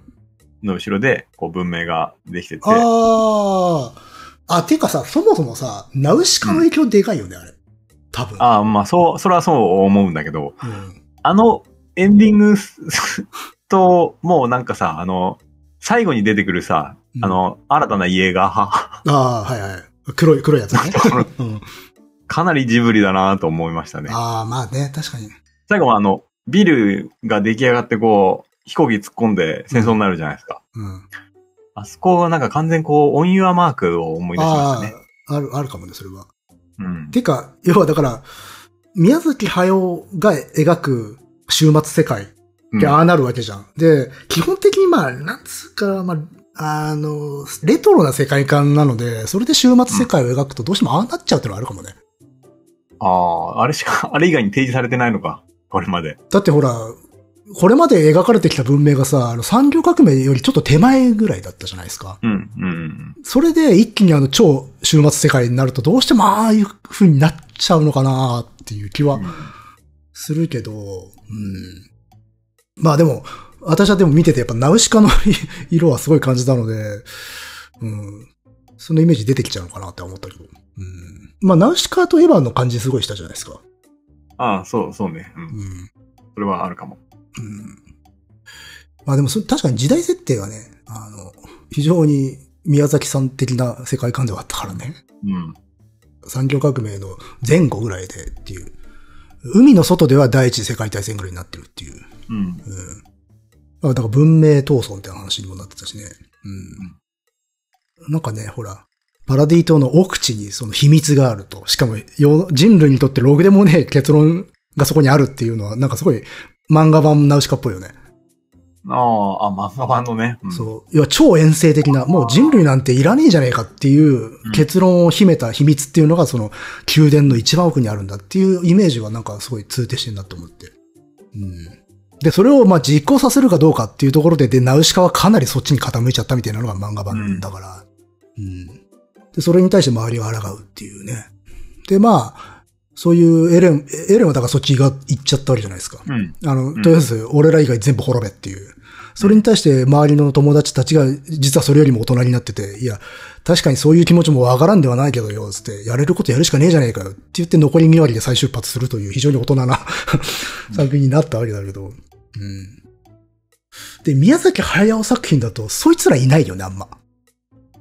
Speaker 1: の後ろで、こう、文明ができてて。
Speaker 2: あー。あ、てかさ、そもそもさ、ナウシカの影響でかいよね、あれ。多分。
Speaker 1: ああ、まあ、そう、それはそう思うんだけど、
Speaker 2: うん。
Speaker 1: あの、エンディング と、もうなんかさ、あの、最後に出てくるさ、
Speaker 2: うん
Speaker 1: あの、新たな家が、
Speaker 2: あー、はいはい。黒 い、黒いやつね。うん。
Speaker 1: かなりジブリだなと思いましたね。
Speaker 2: ああ、まあね、確かに。
Speaker 1: 最後はあの、ビルが出来上がってこう、飛行機突っ込んで戦争になるじゃないですか。
Speaker 2: うん。
Speaker 1: あそこはなんか完全こう、オンユアマークを思い出しましたね。
Speaker 2: ああ、ある、あるかもね、それは。
Speaker 1: うん。
Speaker 2: てか、要はだから、宮崎駿が描く終末世界ってああなるわけじゃん。で、基本的にまあ、なんつうか、まあ、あの、レトロな世界観なので、それで終末世界を描くとどうしてもああなっちゃうっていうのはあるかもね。
Speaker 1: ああ、あれしか、 あれ以外に提示されてないのか。これまで。
Speaker 2: だってほら、これまで描かれてきた文明がさ、あの産業革命よりちょっと手前ぐらいだったじゃないですか。
Speaker 1: うん、うんうん。
Speaker 2: それで一気にあの超終末世界になるとどうしてもああいう風になっちゃうのかなっていう気は
Speaker 1: うん
Speaker 2: するけど、うん。まあでも、私はでも見ててやっぱナウシカの色はすごい感じたので、うん。そのイメージ出てきちゃうのかなって思ったけど。うん。まあナウシカとエヴァの感じすごいしたじゃないですか。
Speaker 1: ああ、そう、そうね。う。
Speaker 2: うんん。
Speaker 1: それはあるかも。
Speaker 2: うん。まあでもそ確かに時代設定はね、あの、非常に宮崎さん的な世界観ではあったからね。
Speaker 1: うん。
Speaker 2: 産業革命の前後ぐらいでっていう。海の外では第一次世界大戦ぐらいになってるっていう。
Speaker 1: うん。
Speaker 2: うん。あだから文明闘争みたいな話にもなってたしね。うん。なんかね、ほら、パラディ島の奥地にその秘密があると。しかも、よ人類にとってログでもねえ結論がそこにあるっていうのは、なんかすごい漫画版ナウシカっぽいよね。
Speaker 1: ああ、あ、漫画版のね。うん、
Speaker 2: そう。要は超遠征的な、もう人類なんていらねえじゃねえかっていう結論を秘めた秘密っていうのが、その宮殿の一番奥にあるんだっていうイメージはなんかすごい通底してんなと思って。うん。で、それをまあ実行させるかどうかっていうところで、で、ナウシカはかなりそっちに傾いちゃったみたいなのが漫画版だから。うん。で、それに対して周りは抗うっていうね。で、まあ、そういうエレン、エレンはだからそっちが行っちゃったわけじゃないですか。
Speaker 1: う。ん。
Speaker 2: あの、
Speaker 1: ん
Speaker 2: とりあえず、俺ら以外全部滅べっていう。それに対して、周りの友達たちが、実はそれよりも大人になってて、いや、確かにそういう気持ちもわからんではないけどよ、つって、やれることやるしかねえじゃねえかよ、って言って残り2割で再出発するという、非常に大人な作品になったわけだけど。うん。で、宮崎駿作品だと、そいつらいないよね、あんま。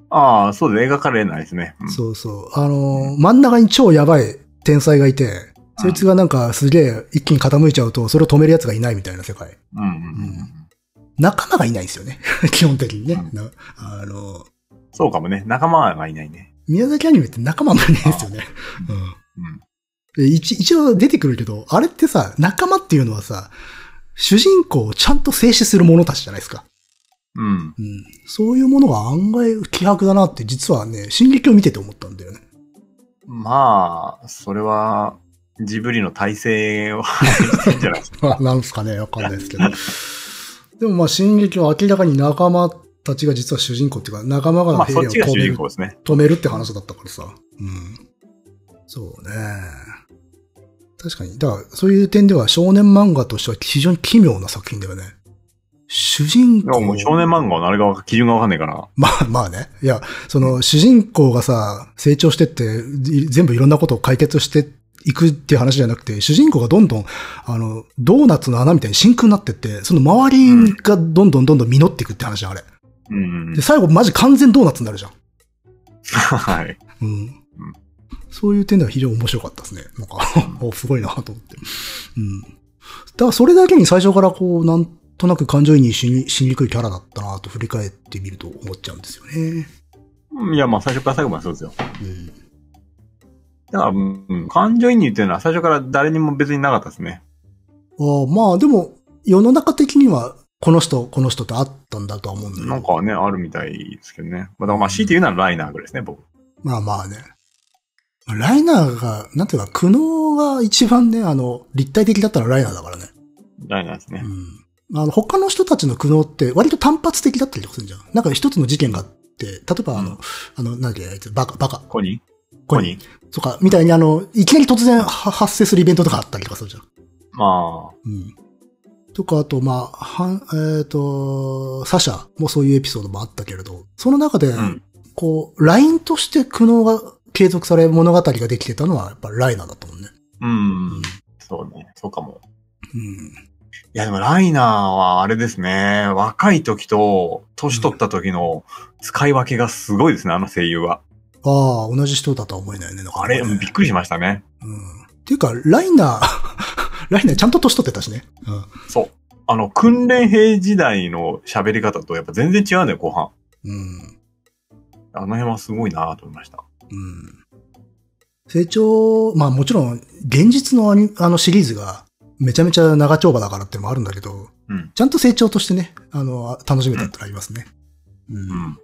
Speaker 1: ああ、そうです。描かれないですね。うん
Speaker 2: そうそう。あのー真ん中に超やばい天才がいて、そいつがなんかすげえ一気に傾いちゃうと、それを止める奴がいないみたいな世界。
Speaker 1: うんうんうん
Speaker 2: 仲間がいないんですよね。 基本的にね。
Speaker 1: う
Speaker 2: なあの、
Speaker 1: そうかもね。仲間がいないね。
Speaker 2: 宮崎アニメって仲間もいないですよね。うん
Speaker 1: うん。
Speaker 2: で一一応出てくるけど、あれってさ、仲間っていうのはさ、主人公をちゃんと静止する者たちじゃないですか。
Speaker 1: うん。
Speaker 2: うん。そういうものが案外希薄だなって、実はね、進撃を見てて思ったんだよね。
Speaker 1: まあ、それは、ジブリの体制を してんじゃないですか。
Speaker 2: まあなんすかね、わかんないですけど。でもまあ、進撃は明らかに仲間たちが実は主人公っていうか、仲間
Speaker 1: ま
Speaker 2: が
Speaker 1: あ、そっちが
Speaker 2: 止
Speaker 1: 主
Speaker 2: める
Speaker 1: 人公ですね。
Speaker 2: 止めるって話だったからさ。うん。そうね。確かに。だから、そういう点では少年漫画としては非常に奇妙な作品だよね。主人
Speaker 1: でも
Speaker 2: 公。
Speaker 1: もう少年漫画のあれが基準がわかんないから。
Speaker 2: まあまあね。いや、その主人公がさ、成長してって、い全部いろんなことを解決して行くっていう話じゃなくて、主人公がどんどん、あの、ドーナツの穴みたいに真空になってって、その周りがどんどんどんどん実っていくって話じゃん、あれ。
Speaker 1: うん
Speaker 2: で、。最後マジ完全ドーナツになるじゃん。
Speaker 1: はい。
Speaker 2: うん。そういう点では非常に面白かったですね。なんか、 おすごいなと思って。うん。だからそれだけに最初からこう、なんとなく感情移入しにしにくいキャラだったなと振り返ってみると思っちゃうんですよね。
Speaker 1: うんいや、まあ最初から最後までそうですよ。
Speaker 2: うん。
Speaker 1: だから、うんうん、感情移入っていうのは最初から誰にも別になかったですね。
Speaker 2: ああまあでも、世の中的には、この人、この人と会ったんだとは思うんだけ
Speaker 1: なん
Speaker 2: ど。
Speaker 1: かね、あるみたいですけどね。まあ、だからまあ強いて言うならライナーぐらいですね、僕。
Speaker 2: まあまあね。ライナーが、なんていうか、苦悩が一番ね、あの、立体的だったらライナーだからね。
Speaker 1: ライナーですね。
Speaker 2: うん。あの、他の人たちの苦悩って、割と単発的だったりとかするじゃん。なんか一つの事件があって、例えばあの、
Speaker 1: うん
Speaker 2: あの、なんだっけ、あいつ、バカ、バカ、
Speaker 1: コニーコニー
Speaker 2: とか、みたいにあの、いきなり突然は発生するイベントとかあったりとかするじゃん。
Speaker 1: まあ、
Speaker 2: うん。とか、あと、まあ、はん、えっ、と、サシャもそういうエピソードもあったけれど、その中で、
Speaker 1: ん
Speaker 2: こう、ラインとして苦悩が継続され物語ができてたのは、やっぱライナーだったもんね。
Speaker 1: うん、そうね、そうかも。
Speaker 2: うん。
Speaker 1: いや、でもライナーはあれですね、若い時と、年取った時の使い分けがすごいですね、あの声優は。
Speaker 2: ああ、同じ人だとは思えないね。なんかね
Speaker 1: あれ、うんびっくりしましたね。
Speaker 2: うんっていうか、ライナー、 ライナーちゃんと年取ってたしね。
Speaker 1: そう。あの、訓練兵時代の喋り方とやっぱ全然違うんだよ、後半。
Speaker 2: うん。うん。
Speaker 1: あの辺はすごいなと思いました。
Speaker 2: うん。成長、まあもちろん、現実のアニあのシリーズが、めちゃめちゃ長丁場だからってのもあるんだけど、
Speaker 1: うん
Speaker 2: ちゃんと成長としてね、あの、楽しめたってのありますね。う。
Speaker 1: うんん。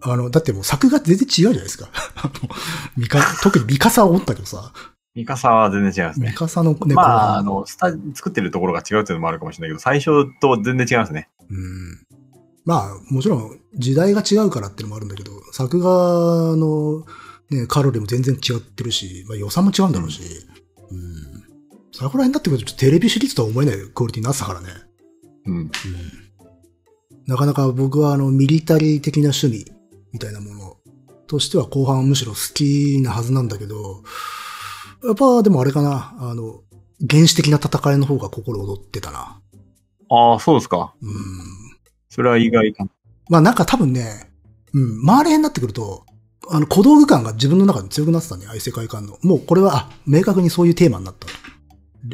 Speaker 2: あの、だってもう作画全然違うじゃないですか。 あのミカ、特にミカサをおったけどさ、
Speaker 1: ミカサは全然違います
Speaker 2: ミ
Speaker 1: ね。
Speaker 2: カサのね、
Speaker 1: ま
Speaker 2: 後
Speaker 1: あ、
Speaker 2: 半
Speaker 1: あの、スタ、作ってるところが違うっていうのもあるかもしれないけど、最初と全然違いますね。
Speaker 2: うんまあ、もちろん時代が違うからってのもあるんだけど、作画の、ね、カロリーも全然違ってるし、まあ、予算も違うんだろうし、うん。そこら辺になってくるとちょっとテレビシリーズとは思えないクオリティになってたからね。
Speaker 1: うん。
Speaker 2: うん。なかなか僕はあの、ミリタリー的な趣味みたいなものとしては後半むしろ好きなはずなんだけど、やっぱでもあれかな、あの、原始的な戦いの方が心躍ってたな。
Speaker 1: ああ、そうですか。
Speaker 2: うん。
Speaker 1: それは意外かな。
Speaker 2: まあなんか多分ね、うん、周りへになってくると、あの、小道具感が自分の中で強くなってたね、ああいう世界観の。もうこれは、あ、明確にそういうテーマになった。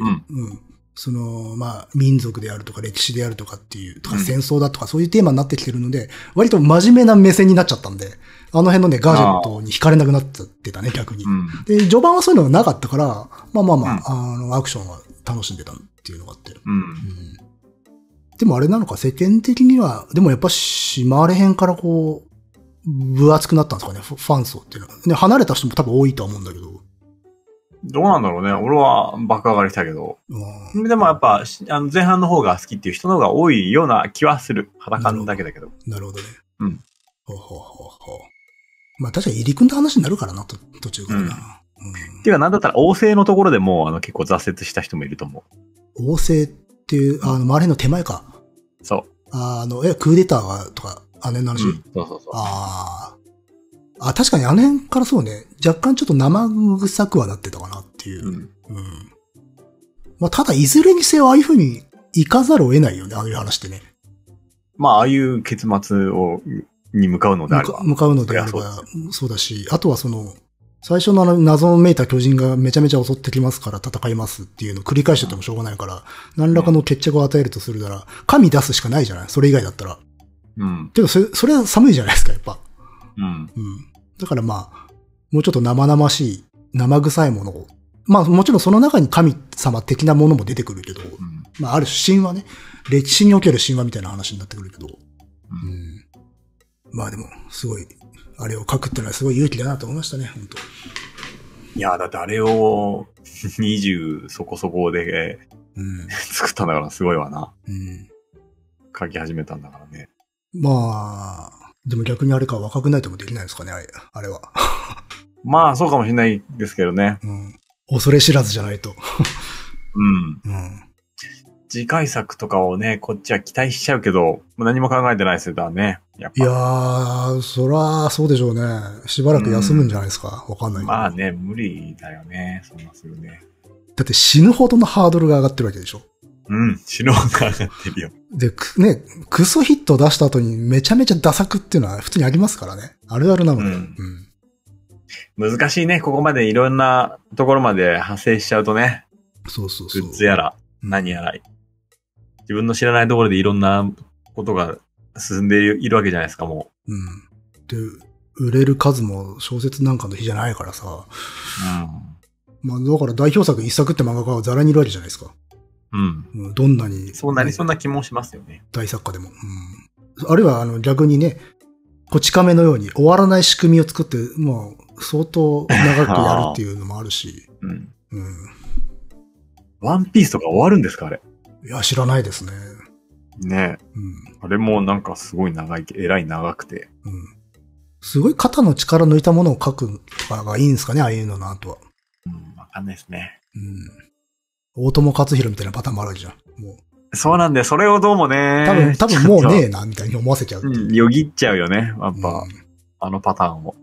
Speaker 1: うん。
Speaker 2: うん。その、まあ、民族であるとか歴史であるとかっていう、とか戦争だとかそういうテーマになってきてるので、割と真面目な目線になっちゃったんで、あの辺のね、ガジェットに惹かれなくなっちゃってたね、逆に。
Speaker 1: うん。
Speaker 2: で、序盤はそういうのがなかったから、まあまあまあ、あの、アクションは楽しんでたっていうのがあって。
Speaker 1: うん。
Speaker 2: でもあれなのか、世間的には、でもやっぱし、回れへんからこう、分厚くなったんですかね、フファン層っていうのは。ね、離れた人も多分多いとは思うんだけど。
Speaker 1: どうなんだろうね。俺は爆上がりしたけど。
Speaker 2: うん
Speaker 1: でもやっぱ、しあの前半の方が好きっていう人の方が多いような気はする。裸のだけだけど。
Speaker 2: なるほどね。
Speaker 1: うん。
Speaker 2: ほうほうほうほう。まあ確かに入り組んだ話になるからな、と途中からな。
Speaker 1: っていうか、なんだったら、王政のところでもう、あの、結構挫折した人もいると思
Speaker 2: うん。王政っていう、あの、回れの手前か。
Speaker 1: う。そ
Speaker 2: あの、え、クーデターが、とか、あの辺の
Speaker 1: う。
Speaker 2: 話。
Speaker 1: うんそうそうそう。
Speaker 2: ああ。あ、確かにあの辺からそうね、若干ちょっと生臭くはなってたかなっていう。
Speaker 1: うん。
Speaker 2: うん。まあ、ただ、いずれにせよ、ああいう風に行かざるを得ないよね、ああいう話ってね。
Speaker 1: まあ、ああいう結末を、に向かうのであ
Speaker 2: 向
Speaker 1: れ
Speaker 2: か
Speaker 1: ば。
Speaker 2: 向かうのであれ
Speaker 1: そりゃ
Speaker 2: ば、そうだし、あとはその、最初のあの謎めいた巨人がめちゃめちゃ襲ってきますから戦いますっていうのを繰り返しててもしょうがないから、何らかの決着を与えるとするなら、神出すしかないじゃないそれ以外だったら。
Speaker 1: うん。
Speaker 2: てか、それ、それは寒いじゃないですか、やっぱ。
Speaker 1: うん。
Speaker 2: うん。だからまあ、もうちょっと生々しい、生臭いものを。まあ、もちろんその中に神様的なものも出てくるけど、
Speaker 1: うん。
Speaker 2: まあ、ある種神話ね。歴史における神話みたいな話になってくるけど。
Speaker 1: うん
Speaker 2: ん。まあでも、すごい、あれを書くってのはすごい勇気だなと思いましたね、本当
Speaker 1: いや、だってあれを、20そこそこで、
Speaker 2: うん。
Speaker 1: 作ったんだからすごいわな。
Speaker 2: うん。
Speaker 1: 書き始めたんだからね。
Speaker 2: まあ、でも逆にあれか若くないともできないですかね、あれあれは。
Speaker 1: まあ、そうかもしれないですけどね。
Speaker 2: うん。恐れ知らずじゃないと。
Speaker 1: うん。
Speaker 2: うん。
Speaker 1: 次回作とかをね、こっちは期待しちゃうけど、もう何も考えてない世代ね。やっ
Speaker 2: いや
Speaker 1: ぱ。
Speaker 2: ー、そら、そうでしょうね。しばらく休むんじゃないですか。わかんないけど
Speaker 1: まあね、無理だよね。そんなするね。
Speaker 2: だって死ぬほどのハードルが上がってるわけでしょ。
Speaker 1: うん、死ぬ方が上がってるよ。
Speaker 2: で、くね、クソヒット出した後にめちゃめちゃダサくっていうのは普通にありますからね。あるあるなの
Speaker 1: う
Speaker 2: で。うんん。
Speaker 1: 難しいね。ここまでいろんなところまで派生しちゃうとね、
Speaker 2: そうそう
Speaker 1: グ
Speaker 2: そう
Speaker 1: ッ。ズやら、
Speaker 2: うん
Speaker 1: 何やら、自分の知らないところでいろんなことが進んでいるわけじゃないですか、も
Speaker 2: うん。で、売れる数も小説なんかの日じゃないからさ。
Speaker 1: う。
Speaker 2: まあ、だから代表作一作って漫画家はザラにいるわけじゃないですか。
Speaker 1: うん。うん。
Speaker 2: うん、どんなに。
Speaker 1: そうなりそうな気もしますよね。
Speaker 2: 大作家でも。うん、あるいは、あの、逆にね、こち亀のように終わらない仕組みを作って、もう、相当長くやるっていうのもあるし、
Speaker 1: うん。
Speaker 2: うん。
Speaker 1: ワンピースとか終わるんですか、あれ。
Speaker 2: いや、知らないですね。
Speaker 1: ね
Speaker 2: う
Speaker 1: あれもなんかすごい長い、えらい長くて。
Speaker 2: ん。うん。すごい肩の力抜いたものを書くとかがいいんですかね、ああいうのなとは。
Speaker 1: うん、わかんないですね。
Speaker 2: うん。大友克弘みたいなパターンもあるじゃん。もう、
Speaker 1: そうなんで、それをどうもね。
Speaker 2: 多分、多分もうね
Speaker 1: ちょっ
Speaker 2: えな、みたいに思わせちゃうって
Speaker 1: と。
Speaker 2: いう
Speaker 1: うん、よぎっちゃうよね。やっぱ、
Speaker 2: うん
Speaker 1: あのパターンを。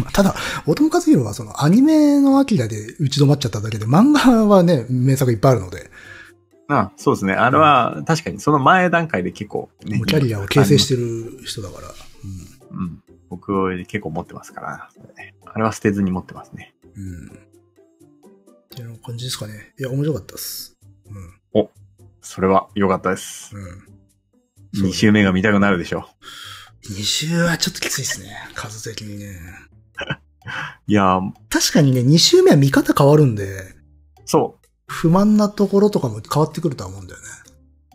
Speaker 2: まあただ、大友克弘はそのアニメのアキラで打ち止まっちゃっただけで、漫画はね、名作いっぱいあるので、
Speaker 1: あそうですね。あれは、確かにその前段階で結構、ね
Speaker 2: もうキャリアを形成してる人だから。う
Speaker 1: うん。僕は結構持ってますから、あれは捨てずに持ってますね。
Speaker 2: ん。うん。っていう感じですかね。いや、面白かったっす。うん。
Speaker 1: それは良かったです。
Speaker 2: うん。そう
Speaker 1: 2週目が見たくなるでしょ
Speaker 2: 2週はちょっときついですね。数的にね。
Speaker 1: う。いやー、
Speaker 2: 確かにね、2週目は見方変わるんで、
Speaker 1: そう。
Speaker 2: 不満なところとかも変わってくるとは思うんだよね。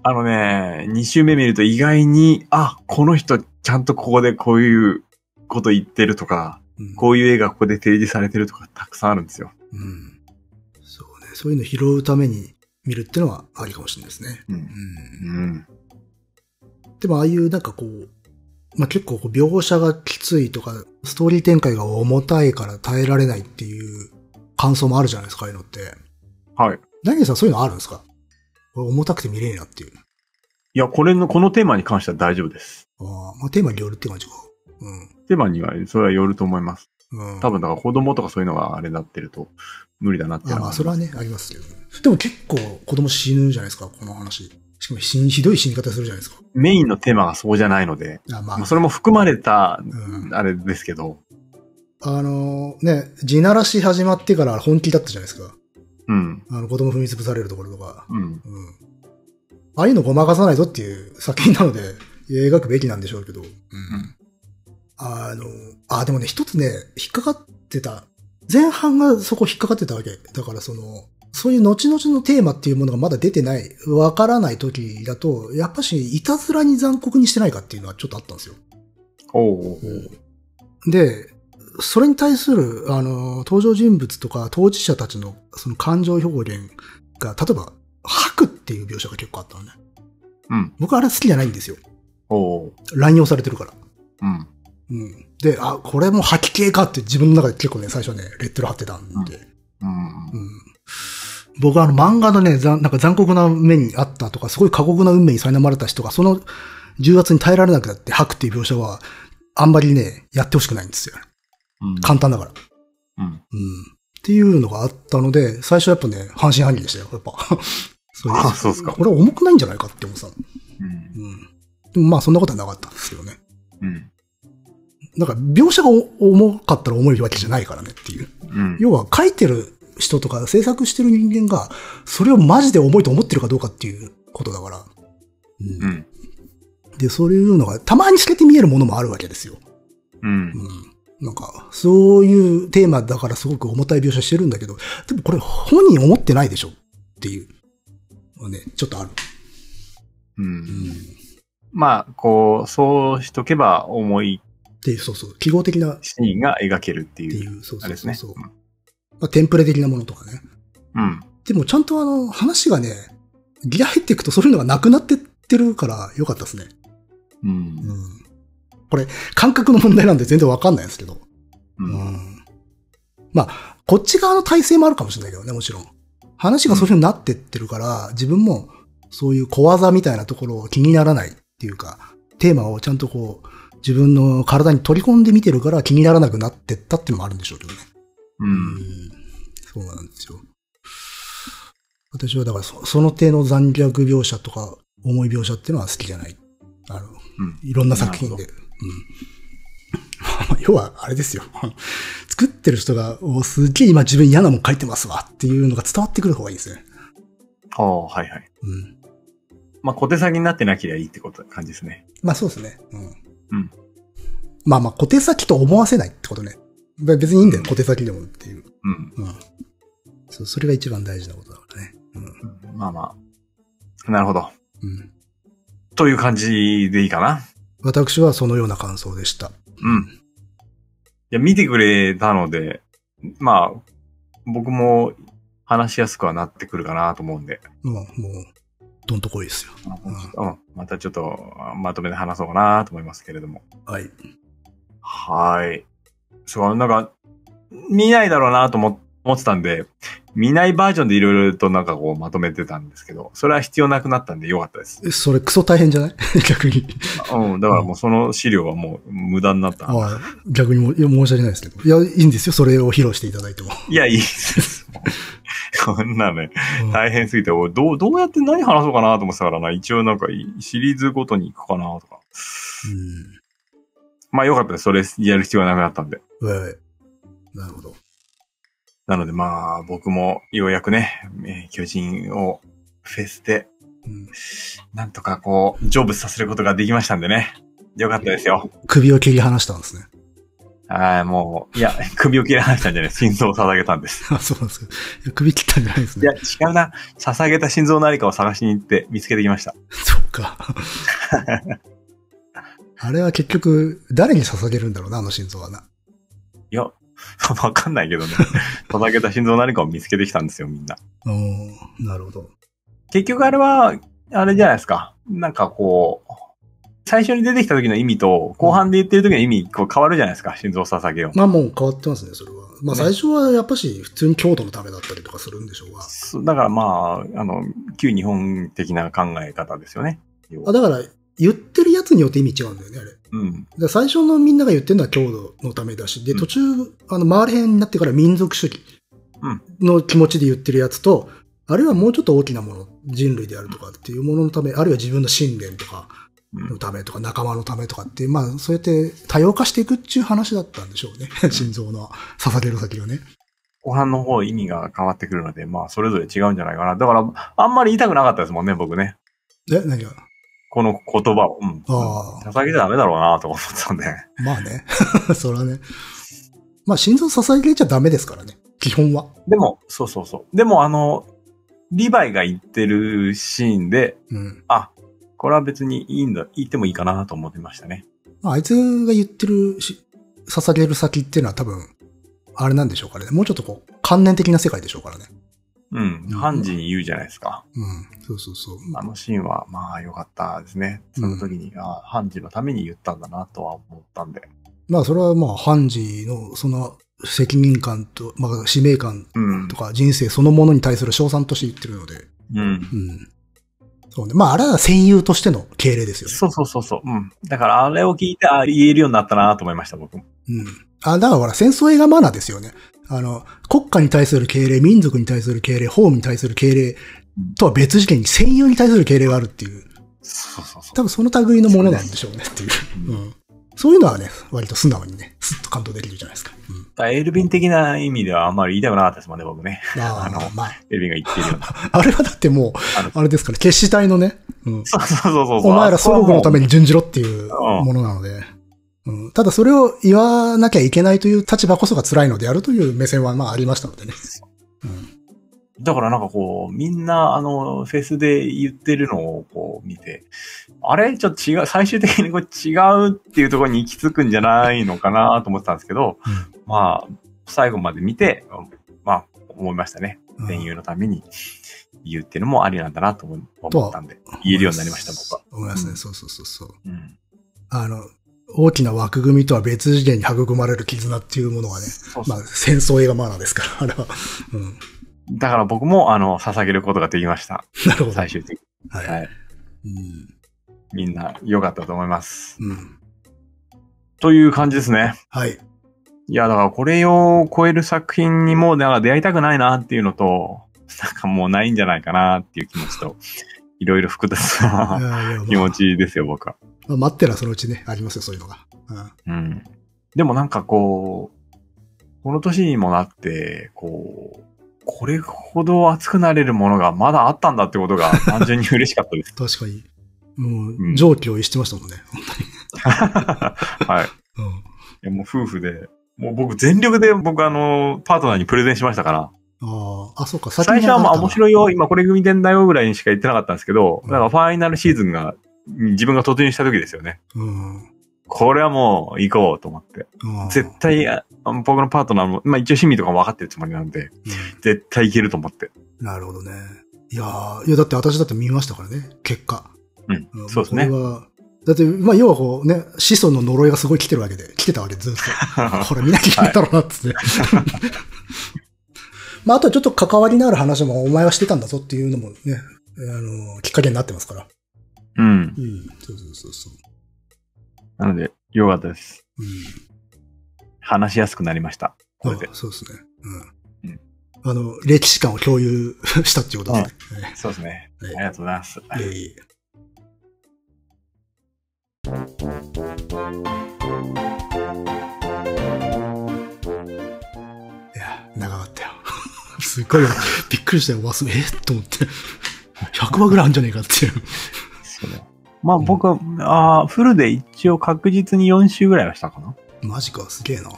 Speaker 1: あのね、2週目見ると意外に、あ、この人ちゃんとここでこういうこと言ってるとか、
Speaker 2: うん。
Speaker 1: こういう絵がここで提示されてるとかたくさんあるんですよ。
Speaker 2: うん。そうね。そういうの拾うために見るってのはありかもしれないですね。
Speaker 1: う。
Speaker 2: うんん
Speaker 1: うん。
Speaker 2: でもああいうなんかこう、まあ、結構こう描写がきついとか、ストーリー展開が重たいから耐えられないっていう感想もあるじゃないですか、ああいうのって。
Speaker 1: はい。
Speaker 2: ダニエルさんそういうのあるんですかこれ重たくて見れねえなっていう。
Speaker 1: いや、これの、このテーマに関しては大丈夫です。
Speaker 2: あーまあ、テーマによるって感じか。う
Speaker 1: テーマには、それはよると思います。
Speaker 2: ん。うん、
Speaker 1: 多分、だから子供とかそういうのがあれになってると、無理だなっていう
Speaker 2: あ
Speaker 1: の
Speaker 2: ま
Speaker 1: は
Speaker 2: あ、それはね、ありますけど。でも結構子供死ぬじゃないですか、この話。しかも死にひどい死に方するじゃないですか。
Speaker 1: メインのテーマがそうじゃないので、
Speaker 2: あまあ
Speaker 1: まあ、、それも含まれた、
Speaker 2: うん。
Speaker 1: あれですけど、
Speaker 2: あのーね、地ならし始まってから本気だったじゃないですか。
Speaker 1: うん、
Speaker 2: あの子供踏み潰されるところとか。
Speaker 1: うん、
Speaker 2: うん。ああいうのごまかさないぞっていう作品なので、描くべきなんでしょうけど。うん。あの、あ、でもね、一つね、引っかかってた。前半がそこ引っかかってたわけ。だからその、そういう後々のテーマっていうものがまだ出てない、わからない時だと、やっぱし、いたずらに残酷にしてないかっていうのはちょっとあったんですよ。
Speaker 1: おうおう
Speaker 2: で、それに対する、あの、登場人物とか当事者たちのその感情表現が、例えば、吐くっていう描写が結構あったのね。
Speaker 1: うん、
Speaker 2: 僕あれ好きじゃないんですよ。
Speaker 1: おうおう、
Speaker 2: 乱用されてるから。
Speaker 1: うん、
Speaker 2: うん。で、あ、これも吐き系かって自分の中で結構ね、最初ね、レッテル貼ってたんで。
Speaker 1: うん、
Speaker 2: うん。僕はあの漫画のね、ざんなんか残酷な目にあったとか、すごい過酷な運命に苛まれた人が、その重圧に耐えられなくなって吐くっていう描写は、あんまりね、やってほしくないんですよ。
Speaker 1: うん、
Speaker 2: 簡単だから。
Speaker 1: うん、
Speaker 2: うん。っていうのがあったので、最初やっぱね、半信半疑でしたよ、やっぱ。 そ
Speaker 1: あそうっすか
Speaker 2: これ重くないんじゃないかって思ってたの。
Speaker 1: うん、
Speaker 2: うん。でもまあそんなことはなかったんですけどね。
Speaker 1: うん、
Speaker 2: なんか描写がお重かったら重いわけじゃないからねっていう。
Speaker 1: うん、
Speaker 2: 要は書いてる人とか制作してる人間が、それをマジで重いと思ってるかどうかっていうことだから。
Speaker 1: う、
Speaker 2: うんで、そういうのがたまに透けて見えるものもあるわけですよ。
Speaker 1: うん、
Speaker 2: うん。なんか、そういうテーマだからすごく重たい描写してるんだけど、でもこれ本人思ってないでしょっていう。ね、ちょっとある。
Speaker 1: うん。
Speaker 2: っ
Speaker 1: まあ、こう、そうしとけば重い
Speaker 2: ていう、そうそう。記号的な、っ
Speaker 1: シーンが描けるってい、
Speaker 2: ていうう、そう
Speaker 1: あ
Speaker 2: そ
Speaker 1: れで
Speaker 2: う
Speaker 1: す
Speaker 2: そう
Speaker 1: ね
Speaker 2: そう。。まあ、テンプレ的なものとかね。
Speaker 1: うん、
Speaker 2: でもちゃんとあの、話がね、ギア入っていくとそういうのがなくなってってるから良かったですね。
Speaker 1: うん、
Speaker 2: うん。これ、感覚の問題なんで全然わかんないですけど。
Speaker 1: う、
Speaker 2: うんん。まあ、こっち側の体制もあるかもしれないけどね、もちろん。話がそういうふうになってってるから、自分もそういう小技みたいなところを気にならないっていうか、テーマをちゃんとこう、自分の体に取り込んで見てるから気にならなくなってったっていうのもあるんでしょうけどね。
Speaker 1: う。
Speaker 2: うんそうなんですよ。私はだからそ、その手の残虐描写とか、重い描写っていうのは好きじゃない。あの、
Speaker 1: うん
Speaker 2: いろんな作品で。うん。 要は、あれですよ。 作ってる人が、おすっげえ今自分嫌なもん書いてますわっていうのが伝わってくる方がいいですね。
Speaker 1: ああ、はいはい。
Speaker 2: うん。
Speaker 1: まあ、小手先になってなければいいってこと、感じですね。
Speaker 2: まあそうですね。うん。
Speaker 1: うん。
Speaker 2: まあまあ、小手先と思わせないってことね。べ別にいいんだよ、小手先でもっていう。
Speaker 1: うん。
Speaker 2: うん。そう、それが一番大事なことだからね。うん。
Speaker 1: うんまあまあ。なるほど。
Speaker 2: うん。
Speaker 1: という感じでいいかな。
Speaker 2: 私はそのような感想でした。
Speaker 1: うん。いや、見てくれたので、まあ、僕も話しやすくはなってくるかなと思うんで、
Speaker 2: うん。もう、どんとこいですよ。
Speaker 1: うん、またちょっとまとめて話そうかなと思いますけれども。
Speaker 2: はい。
Speaker 1: はい。そう、なんか、見ないだろうなと思思ってたんで、見ないバージョンでいろいろとなんかこうまとめてたんですけど、それは必要なくなったんでよかったです。
Speaker 2: えそれクソ大変じゃない 逆に。
Speaker 1: うん、だからもうその資料はもう無駄になった。
Speaker 2: ああ、逆にもいや申し訳ないですけど。いや、いいんですよ。それを披露していただいても。
Speaker 1: いや、いいです。こんなね、
Speaker 2: うん
Speaker 1: 大変すぎて、俺どう、どうやって何話そうかなと思ってたからな。一応なんかい、シリーズごとに行くかなとか。まあよかったです。それやる必要はなくなったんで。
Speaker 2: うん。はいはい。なるほど。
Speaker 1: なのでまあ、僕もようやくね、えー巨人をフェスで、
Speaker 2: うん、
Speaker 1: なんとかこう、成仏させることができましたんでね。よかったですよ。
Speaker 2: 首を切り離したんですね。
Speaker 1: はい、もう、いや、首を切り離したんじゃない。心臓を捧げたんです。
Speaker 2: あそうなんですか。いや首切ったんじゃないです
Speaker 1: い
Speaker 2: ね
Speaker 1: や、。違うな。捧げた心臓のありかを探しに行って見つけてきました。
Speaker 2: そうか。 あれは結局、誰に捧げるんだろうな、あの心臓はな。
Speaker 1: いや、 わかんないけどね。捧げた心臓のありかを見つけてきたんですよ、みんな。
Speaker 2: おーなるほど。
Speaker 1: 結局あれは、あれじゃないですか。なんかこう、最初に出てきた時の意味と、後半で言ってる時の意味、こう変わるじゃないですか。心臓捧げを。
Speaker 2: まあもう変わってますね、それは。まあ
Speaker 1: ね
Speaker 2: 最初はやっぱし普通に京都のためだったりとかするんでしょうが。
Speaker 1: そうだからまあ、あの、旧日本的な考え方ですよね。要
Speaker 2: あ
Speaker 1: は
Speaker 2: だから言ってるやつによって意味違うんだよね、あれ。だか
Speaker 1: うん。
Speaker 2: ら最初のみんなが言ってるのは郷土のためだし、で、
Speaker 1: うん
Speaker 2: 途中、あの、周り辺になってから民族主義
Speaker 1: うん
Speaker 2: の気持ちで言ってるやつと、あるいはもうちょっと大きなもの、人類であるとかっていうもののため、あるいは自分の信念とか
Speaker 1: うん
Speaker 2: のためとか仲間のためとかっていう、まあそうやって多様化していくっていう話だったんでしょうね。心臓の捧げる先がね。
Speaker 1: 後半の方意味が変わってくるので、まあ、それぞれ違うんじゃないかな。だから、あんまり言いたくなかったですもんね、僕ね。
Speaker 2: え、何が
Speaker 1: この言葉を。うん。
Speaker 2: ああ
Speaker 1: 捧げちゃダメだろうなとか思ってたんで。
Speaker 2: まあね。 それはね。まあ、心臓支えげちゃダメですからね。基本は。
Speaker 1: でも、そうそうそう。でも、あの、リヴァイが言ってるシーンで、
Speaker 2: うん。
Speaker 1: これは別にいいんだ、言ってもいいかなと思ってましたね。
Speaker 2: まあ、あいつが言ってるし、捧げる先っていうのは多分、あれなんでしょうからね。もうちょっとこう、観念的な世界でしょうからね。
Speaker 1: うん。
Speaker 2: うん
Speaker 1: 判事に言うじゃないですか。
Speaker 2: うん。そうそうそう。
Speaker 1: あのシーンは、まあ良かったですね。その時に、あ判事のために言ったんだなとは思ったんで。
Speaker 2: まあ、それはまあ、判事の、その、責任感と、まあ、使命感
Speaker 1: うん
Speaker 2: と。か、人生そのものに対する称賛として言ってるので。
Speaker 1: うん。
Speaker 2: うん。そうね。まあ、あれは戦友としての敬礼ですよね。
Speaker 1: そうそうそうそう。うん。だから、あれを聞いて、あ言えるようになったなと思いました、僕も。
Speaker 2: うん。あ、だからほら、戦争映画マナーですよね。あの、国家に対する敬礼、民族に対する敬礼、法務に対する敬礼とは別事件に戦友に対する敬礼があるっていう、
Speaker 1: そうそうそう。
Speaker 2: 多分その類のものなんでしょうねっていう。うん。そういうのはね、割と素直にね、スッと感動できるじゃないですか。うん。
Speaker 1: だからエルヴィン的な意味ではあんまり言いたくなかったですもんね、僕ね。
Speaker 2: まあ、
Speaker 1: あの
Speaker 2: まあ、
Speaker 1: エルヴィンが言ってるよう な。
Speaker 2: あれはだってもう
Speaker 1: あの、
Speaker 2: あれですから、決死隊のね、うん。
Speaker 1: そうそうそうそう。
Speaker 2: お前ら祖国のため
Speaker 1: に。
Speaker 2: に準じろっていうものなので、うん、ただそれを言わなきゃいけないという立場こそが辛いのであるという目線はまあありましたのでね。
Speaker 1: だからなんかこう、みんな、あの、フェスで言ってるのをこう見て、あれちょっと違う、最終的にこれ違うっていうところに行き着くんじゃないのかなと思ってたんですけど、まあ、最後まで見て、まあ、思いましたね。
Speaker 2: うん
Speaker 1: 戦友のために言うっていうのもありなんだなと思思ったんで、言えるようになりました、僕は。
Speaker 2: 思いますね、
Speaker 1: うん
Speaker 2: そうそうそうそう。
Speaker 1: うん。
Speaker 2: あの、大きな枠組みとは別次元に育まれる絆っていうものはね、
Speaker 1: そうそ
Speaker 2: ま
Speaker 1: う
Speaker 2: あ戦争映画マナーですから、あれは。うん。
Speaker 1: だから僕も、あの、捧げることができました。
Speaker 2: なるほど。
Speaker 1: 最終的に。
Speaker 2: はい。
Speaker 1: はい。
Speaker 2: うん。
Speaker 1: みんな良かったと思います。
Speaker 2: うん。
Speaker 1: という感じですね。
Speaker 2: はい。
Speaker 1: いや、だからこれを超える作品にもう、だから出会いたくないなっていうのと、 なんかもうないんじゃないかなっていう気持ちと、 いろいろ複雑
Speaker 2: い
Speaker 1: な
Speaker 2: やいや
Speaker 1: 気持ちですよ、僕は。
Speaker 2: まあ待ってらそのうちね、ありますよ、そういうのが。
Speaker 1: うん。でもなんかこう、この年にもなって、こう、これほど熱くなれるものがまだあったんだってことが単純に嬉しかった です。
Speaker 2: 確かに。もう、
Speaker 1: うん
Speaker 2: 常軌を逸してましたもんね。
Speaker 1: はい。い
Speaker 2: うん。
Speaker 1: やもう夫婦で、もう僕全力で僕あの、パートナーにプレゼンしましたから。
Speaker 2: ああ、あ、そうか、
Speaker 1: 最初はまあ面
Speaker 2: い。
Speaker 1: 白いよ、今これ組んでんだよぐらいにしか言ってなかったんですけど、
Speaker 2: うん
Speaker 1: だからファイナルシーズンが自分が突入した時ですよね。
Speaker 2: うん。
Speaker 1: これはもう行こうと思って。
Speaker 2: あー
Speaker 1: 絶対、あ僕のパートナーも、まあ一応趣味とかも分かってるつもりなんで、
Speaker 2: う
Speaker 1: 絶対行けると思って。
Speaker 2: んなるほどね。いやーいやだって私だって見ましたからね、結果。
Speaker 1: うん
Speaker 2: ん
Speaker 1: そうですね
Speaker 2: これは、だって、まあ要はこうね、子孫の呪いがすごい来てるわけで、来てたわけでずっと。これ見なきゃいけないだろうなっつって。 まああとはちょっと関わりのある話もお前はしてたんだぞっていうのもね、あの、きっかけになってますから。
Speaker 1: うん。
Speaker 2: うん。そうそうそうそう。
Speaker 1: なので、良かったです。
Speaker 2: うん。
Speaker 1: 話しやすくなりました。これで
Speaker 2: あ。そうですね。うん。
Speaker 1: うん
Speaker 2: あの、歴史観を共有したっていうことですね。
Speaker 1: そうですね。あ
Speaker 2: ええ
Speaker 1: りがとうございます。
Speaker 2: ええいえいえいや、長かったよ。 すっごいよ、びっくりしたよ。忘れ、えっと思って。100話ぐらいあるんじゃねえかっていう。
Speaker 1: そうだまあ僕は、あーフルで一応確実に4週ぐらいはしたかな。
Speaker 2: マジか、すげえな。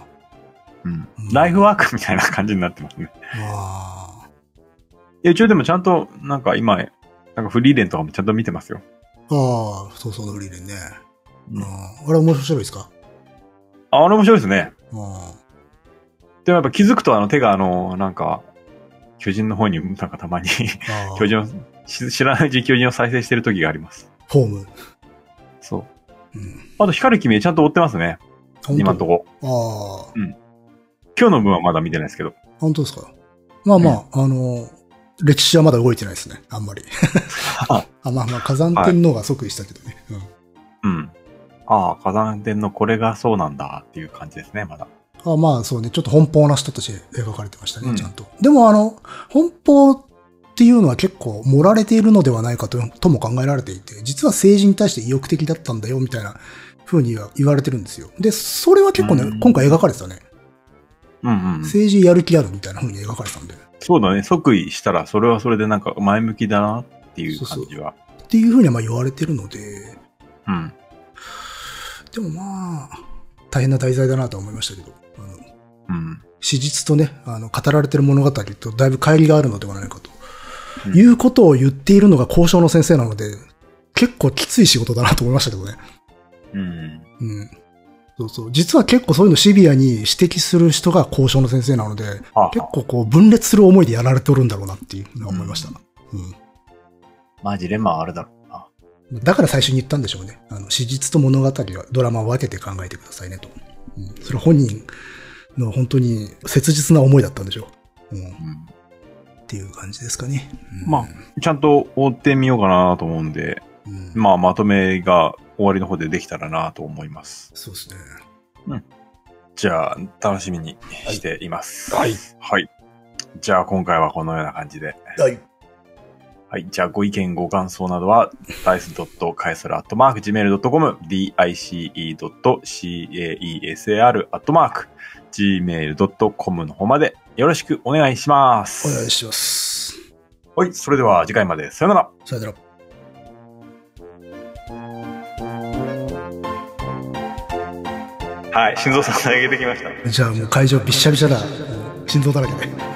Speaker 1: うん
Speaker 2: うん。
Speaker 1: ライフワークみたいな感じになってますね。
Speaker 2: あ
Speaker 1: いや、一応でもちゃんと、なんか今、なんかフリーレンとかもちゃんと見てますよ。
Speaker 2: ーあー、そうそう、フリーレンね。
Speaker 1: うん
Speaker 2: あーあれ面白いですか
Speaker 1: あ、あれ面白いですね。
Speaker 2: あ
Speaker 1: でもやっぱ気づくとあの手があの、なんか、巨人の方になんかたまに、
Speaker 2: ーあ ー。
Speaker 1: 巨人を、し知らないうちに巨人を再生してる時があります。
Speaker 2: ホーム。
Speaker 1: そう。
Speaker 2: うん。
Speaker 1: あと光る君ちゃんと追ってますね。今んと
Speaker 2: こ。
Speaker 1: こ。
Speaker 2: ああ。
Speaker 1: 今日の分はまだ見てないですけど。
Speaker 2: 本当ですかまあまあ、あの、歴史はまだ動いてないですね、あんまり。
Speaker 1: あ
Speaker 2: あまあまあ、火山天皇が即位したけどね。
Speaker 1: うん。ああ、火山伝のこれがそうなんだっていう感じですね、まだ。
Speaker 2: うん、あまあそうね、ちょっと奔放な人として描かれてましたね、
Speaker 1: うん
Speaker 2: ちゃんと。でもあの、奔放っていうのは結構盛られているのではないかととも考えられていて、実は政治に対して意欲的だったんだよ、みたいな風には言われてるんですよ。で、それは結構ね、
Speaker 1: うん
Speaker 2: 今回描かれてたね。
Speaker 1: うんうん。
Speaker 2: 政治やる気あるみたいな風に描かれてたんで。
Speaker 1: そうだね。即位したら、それはそれでなんか前向きだなっていう感じは。
Speaker 2: っていう風にはまあ言われてるので、
Speaker 1: うん。
Speaker 2: でもまあ、大変な題材だなとは思いましたけど、あの
Speaker 1: うん。
Speaker 2: 史実とね、あの、語られてる物語とだいぶ乖離があるのではないかと、
Speaker 1: うん
Speaker 2: いうことを言っているのが交渉の先生なので、結構きつい仕事だなと思いましたけどね。
Speaker 1: うん。
Speaker 2: うん。そうそう。実は結構そういうのシビアに指摘する人が交渉の先生なので、
Speaker 1: はあはあ
Speaker 2: 結構こう分裂する思いでやられておるんだろうなっていうのは思いました。うん。
Speaker 1: まあ、ジレンマはあるだろうな。
Speaker 2: だから最初に言ったんでしょうね。あの、史実と物語は、ドラマを分けて考えてくださいねと。うん。それ本人の本当に切実な思いだったんでしょう。うん。
Speaker 1: うん。
Speaker 2: っていう感じですかね。うん
Speaker 1: まあ、ちゃんと追ってみようかなと思うんで、
Speaker 2: うん
Speaker 1: まあ、まとめが終わりの方でできたらなと思います。
Speaker 2: そうですね。
Speaker 1: じゃあ、楽しみにしています。
Speaker 2: はい。
Speaker 1: はい。じゃあ、今回はこのような感じで。
Speaker 2: はい。
Speaker 1: はい。じゃあ、ご意見、ご感想などは、dice.caesar.gmail.com、dice.caesar.gmail.com の方までよろしくお願いしま
Speaker 2: お願い
Speaker 1: す。
Speaker 2: します。
Speaker 1: はい。それでは次回まで。さよなら。
Speaker 2: さよなら。
Speaker 1: はい。心臓さん投げてきました。
Speaker 2: じゃあもう会場びっしゃびしゃだ。もう心臓だらけで。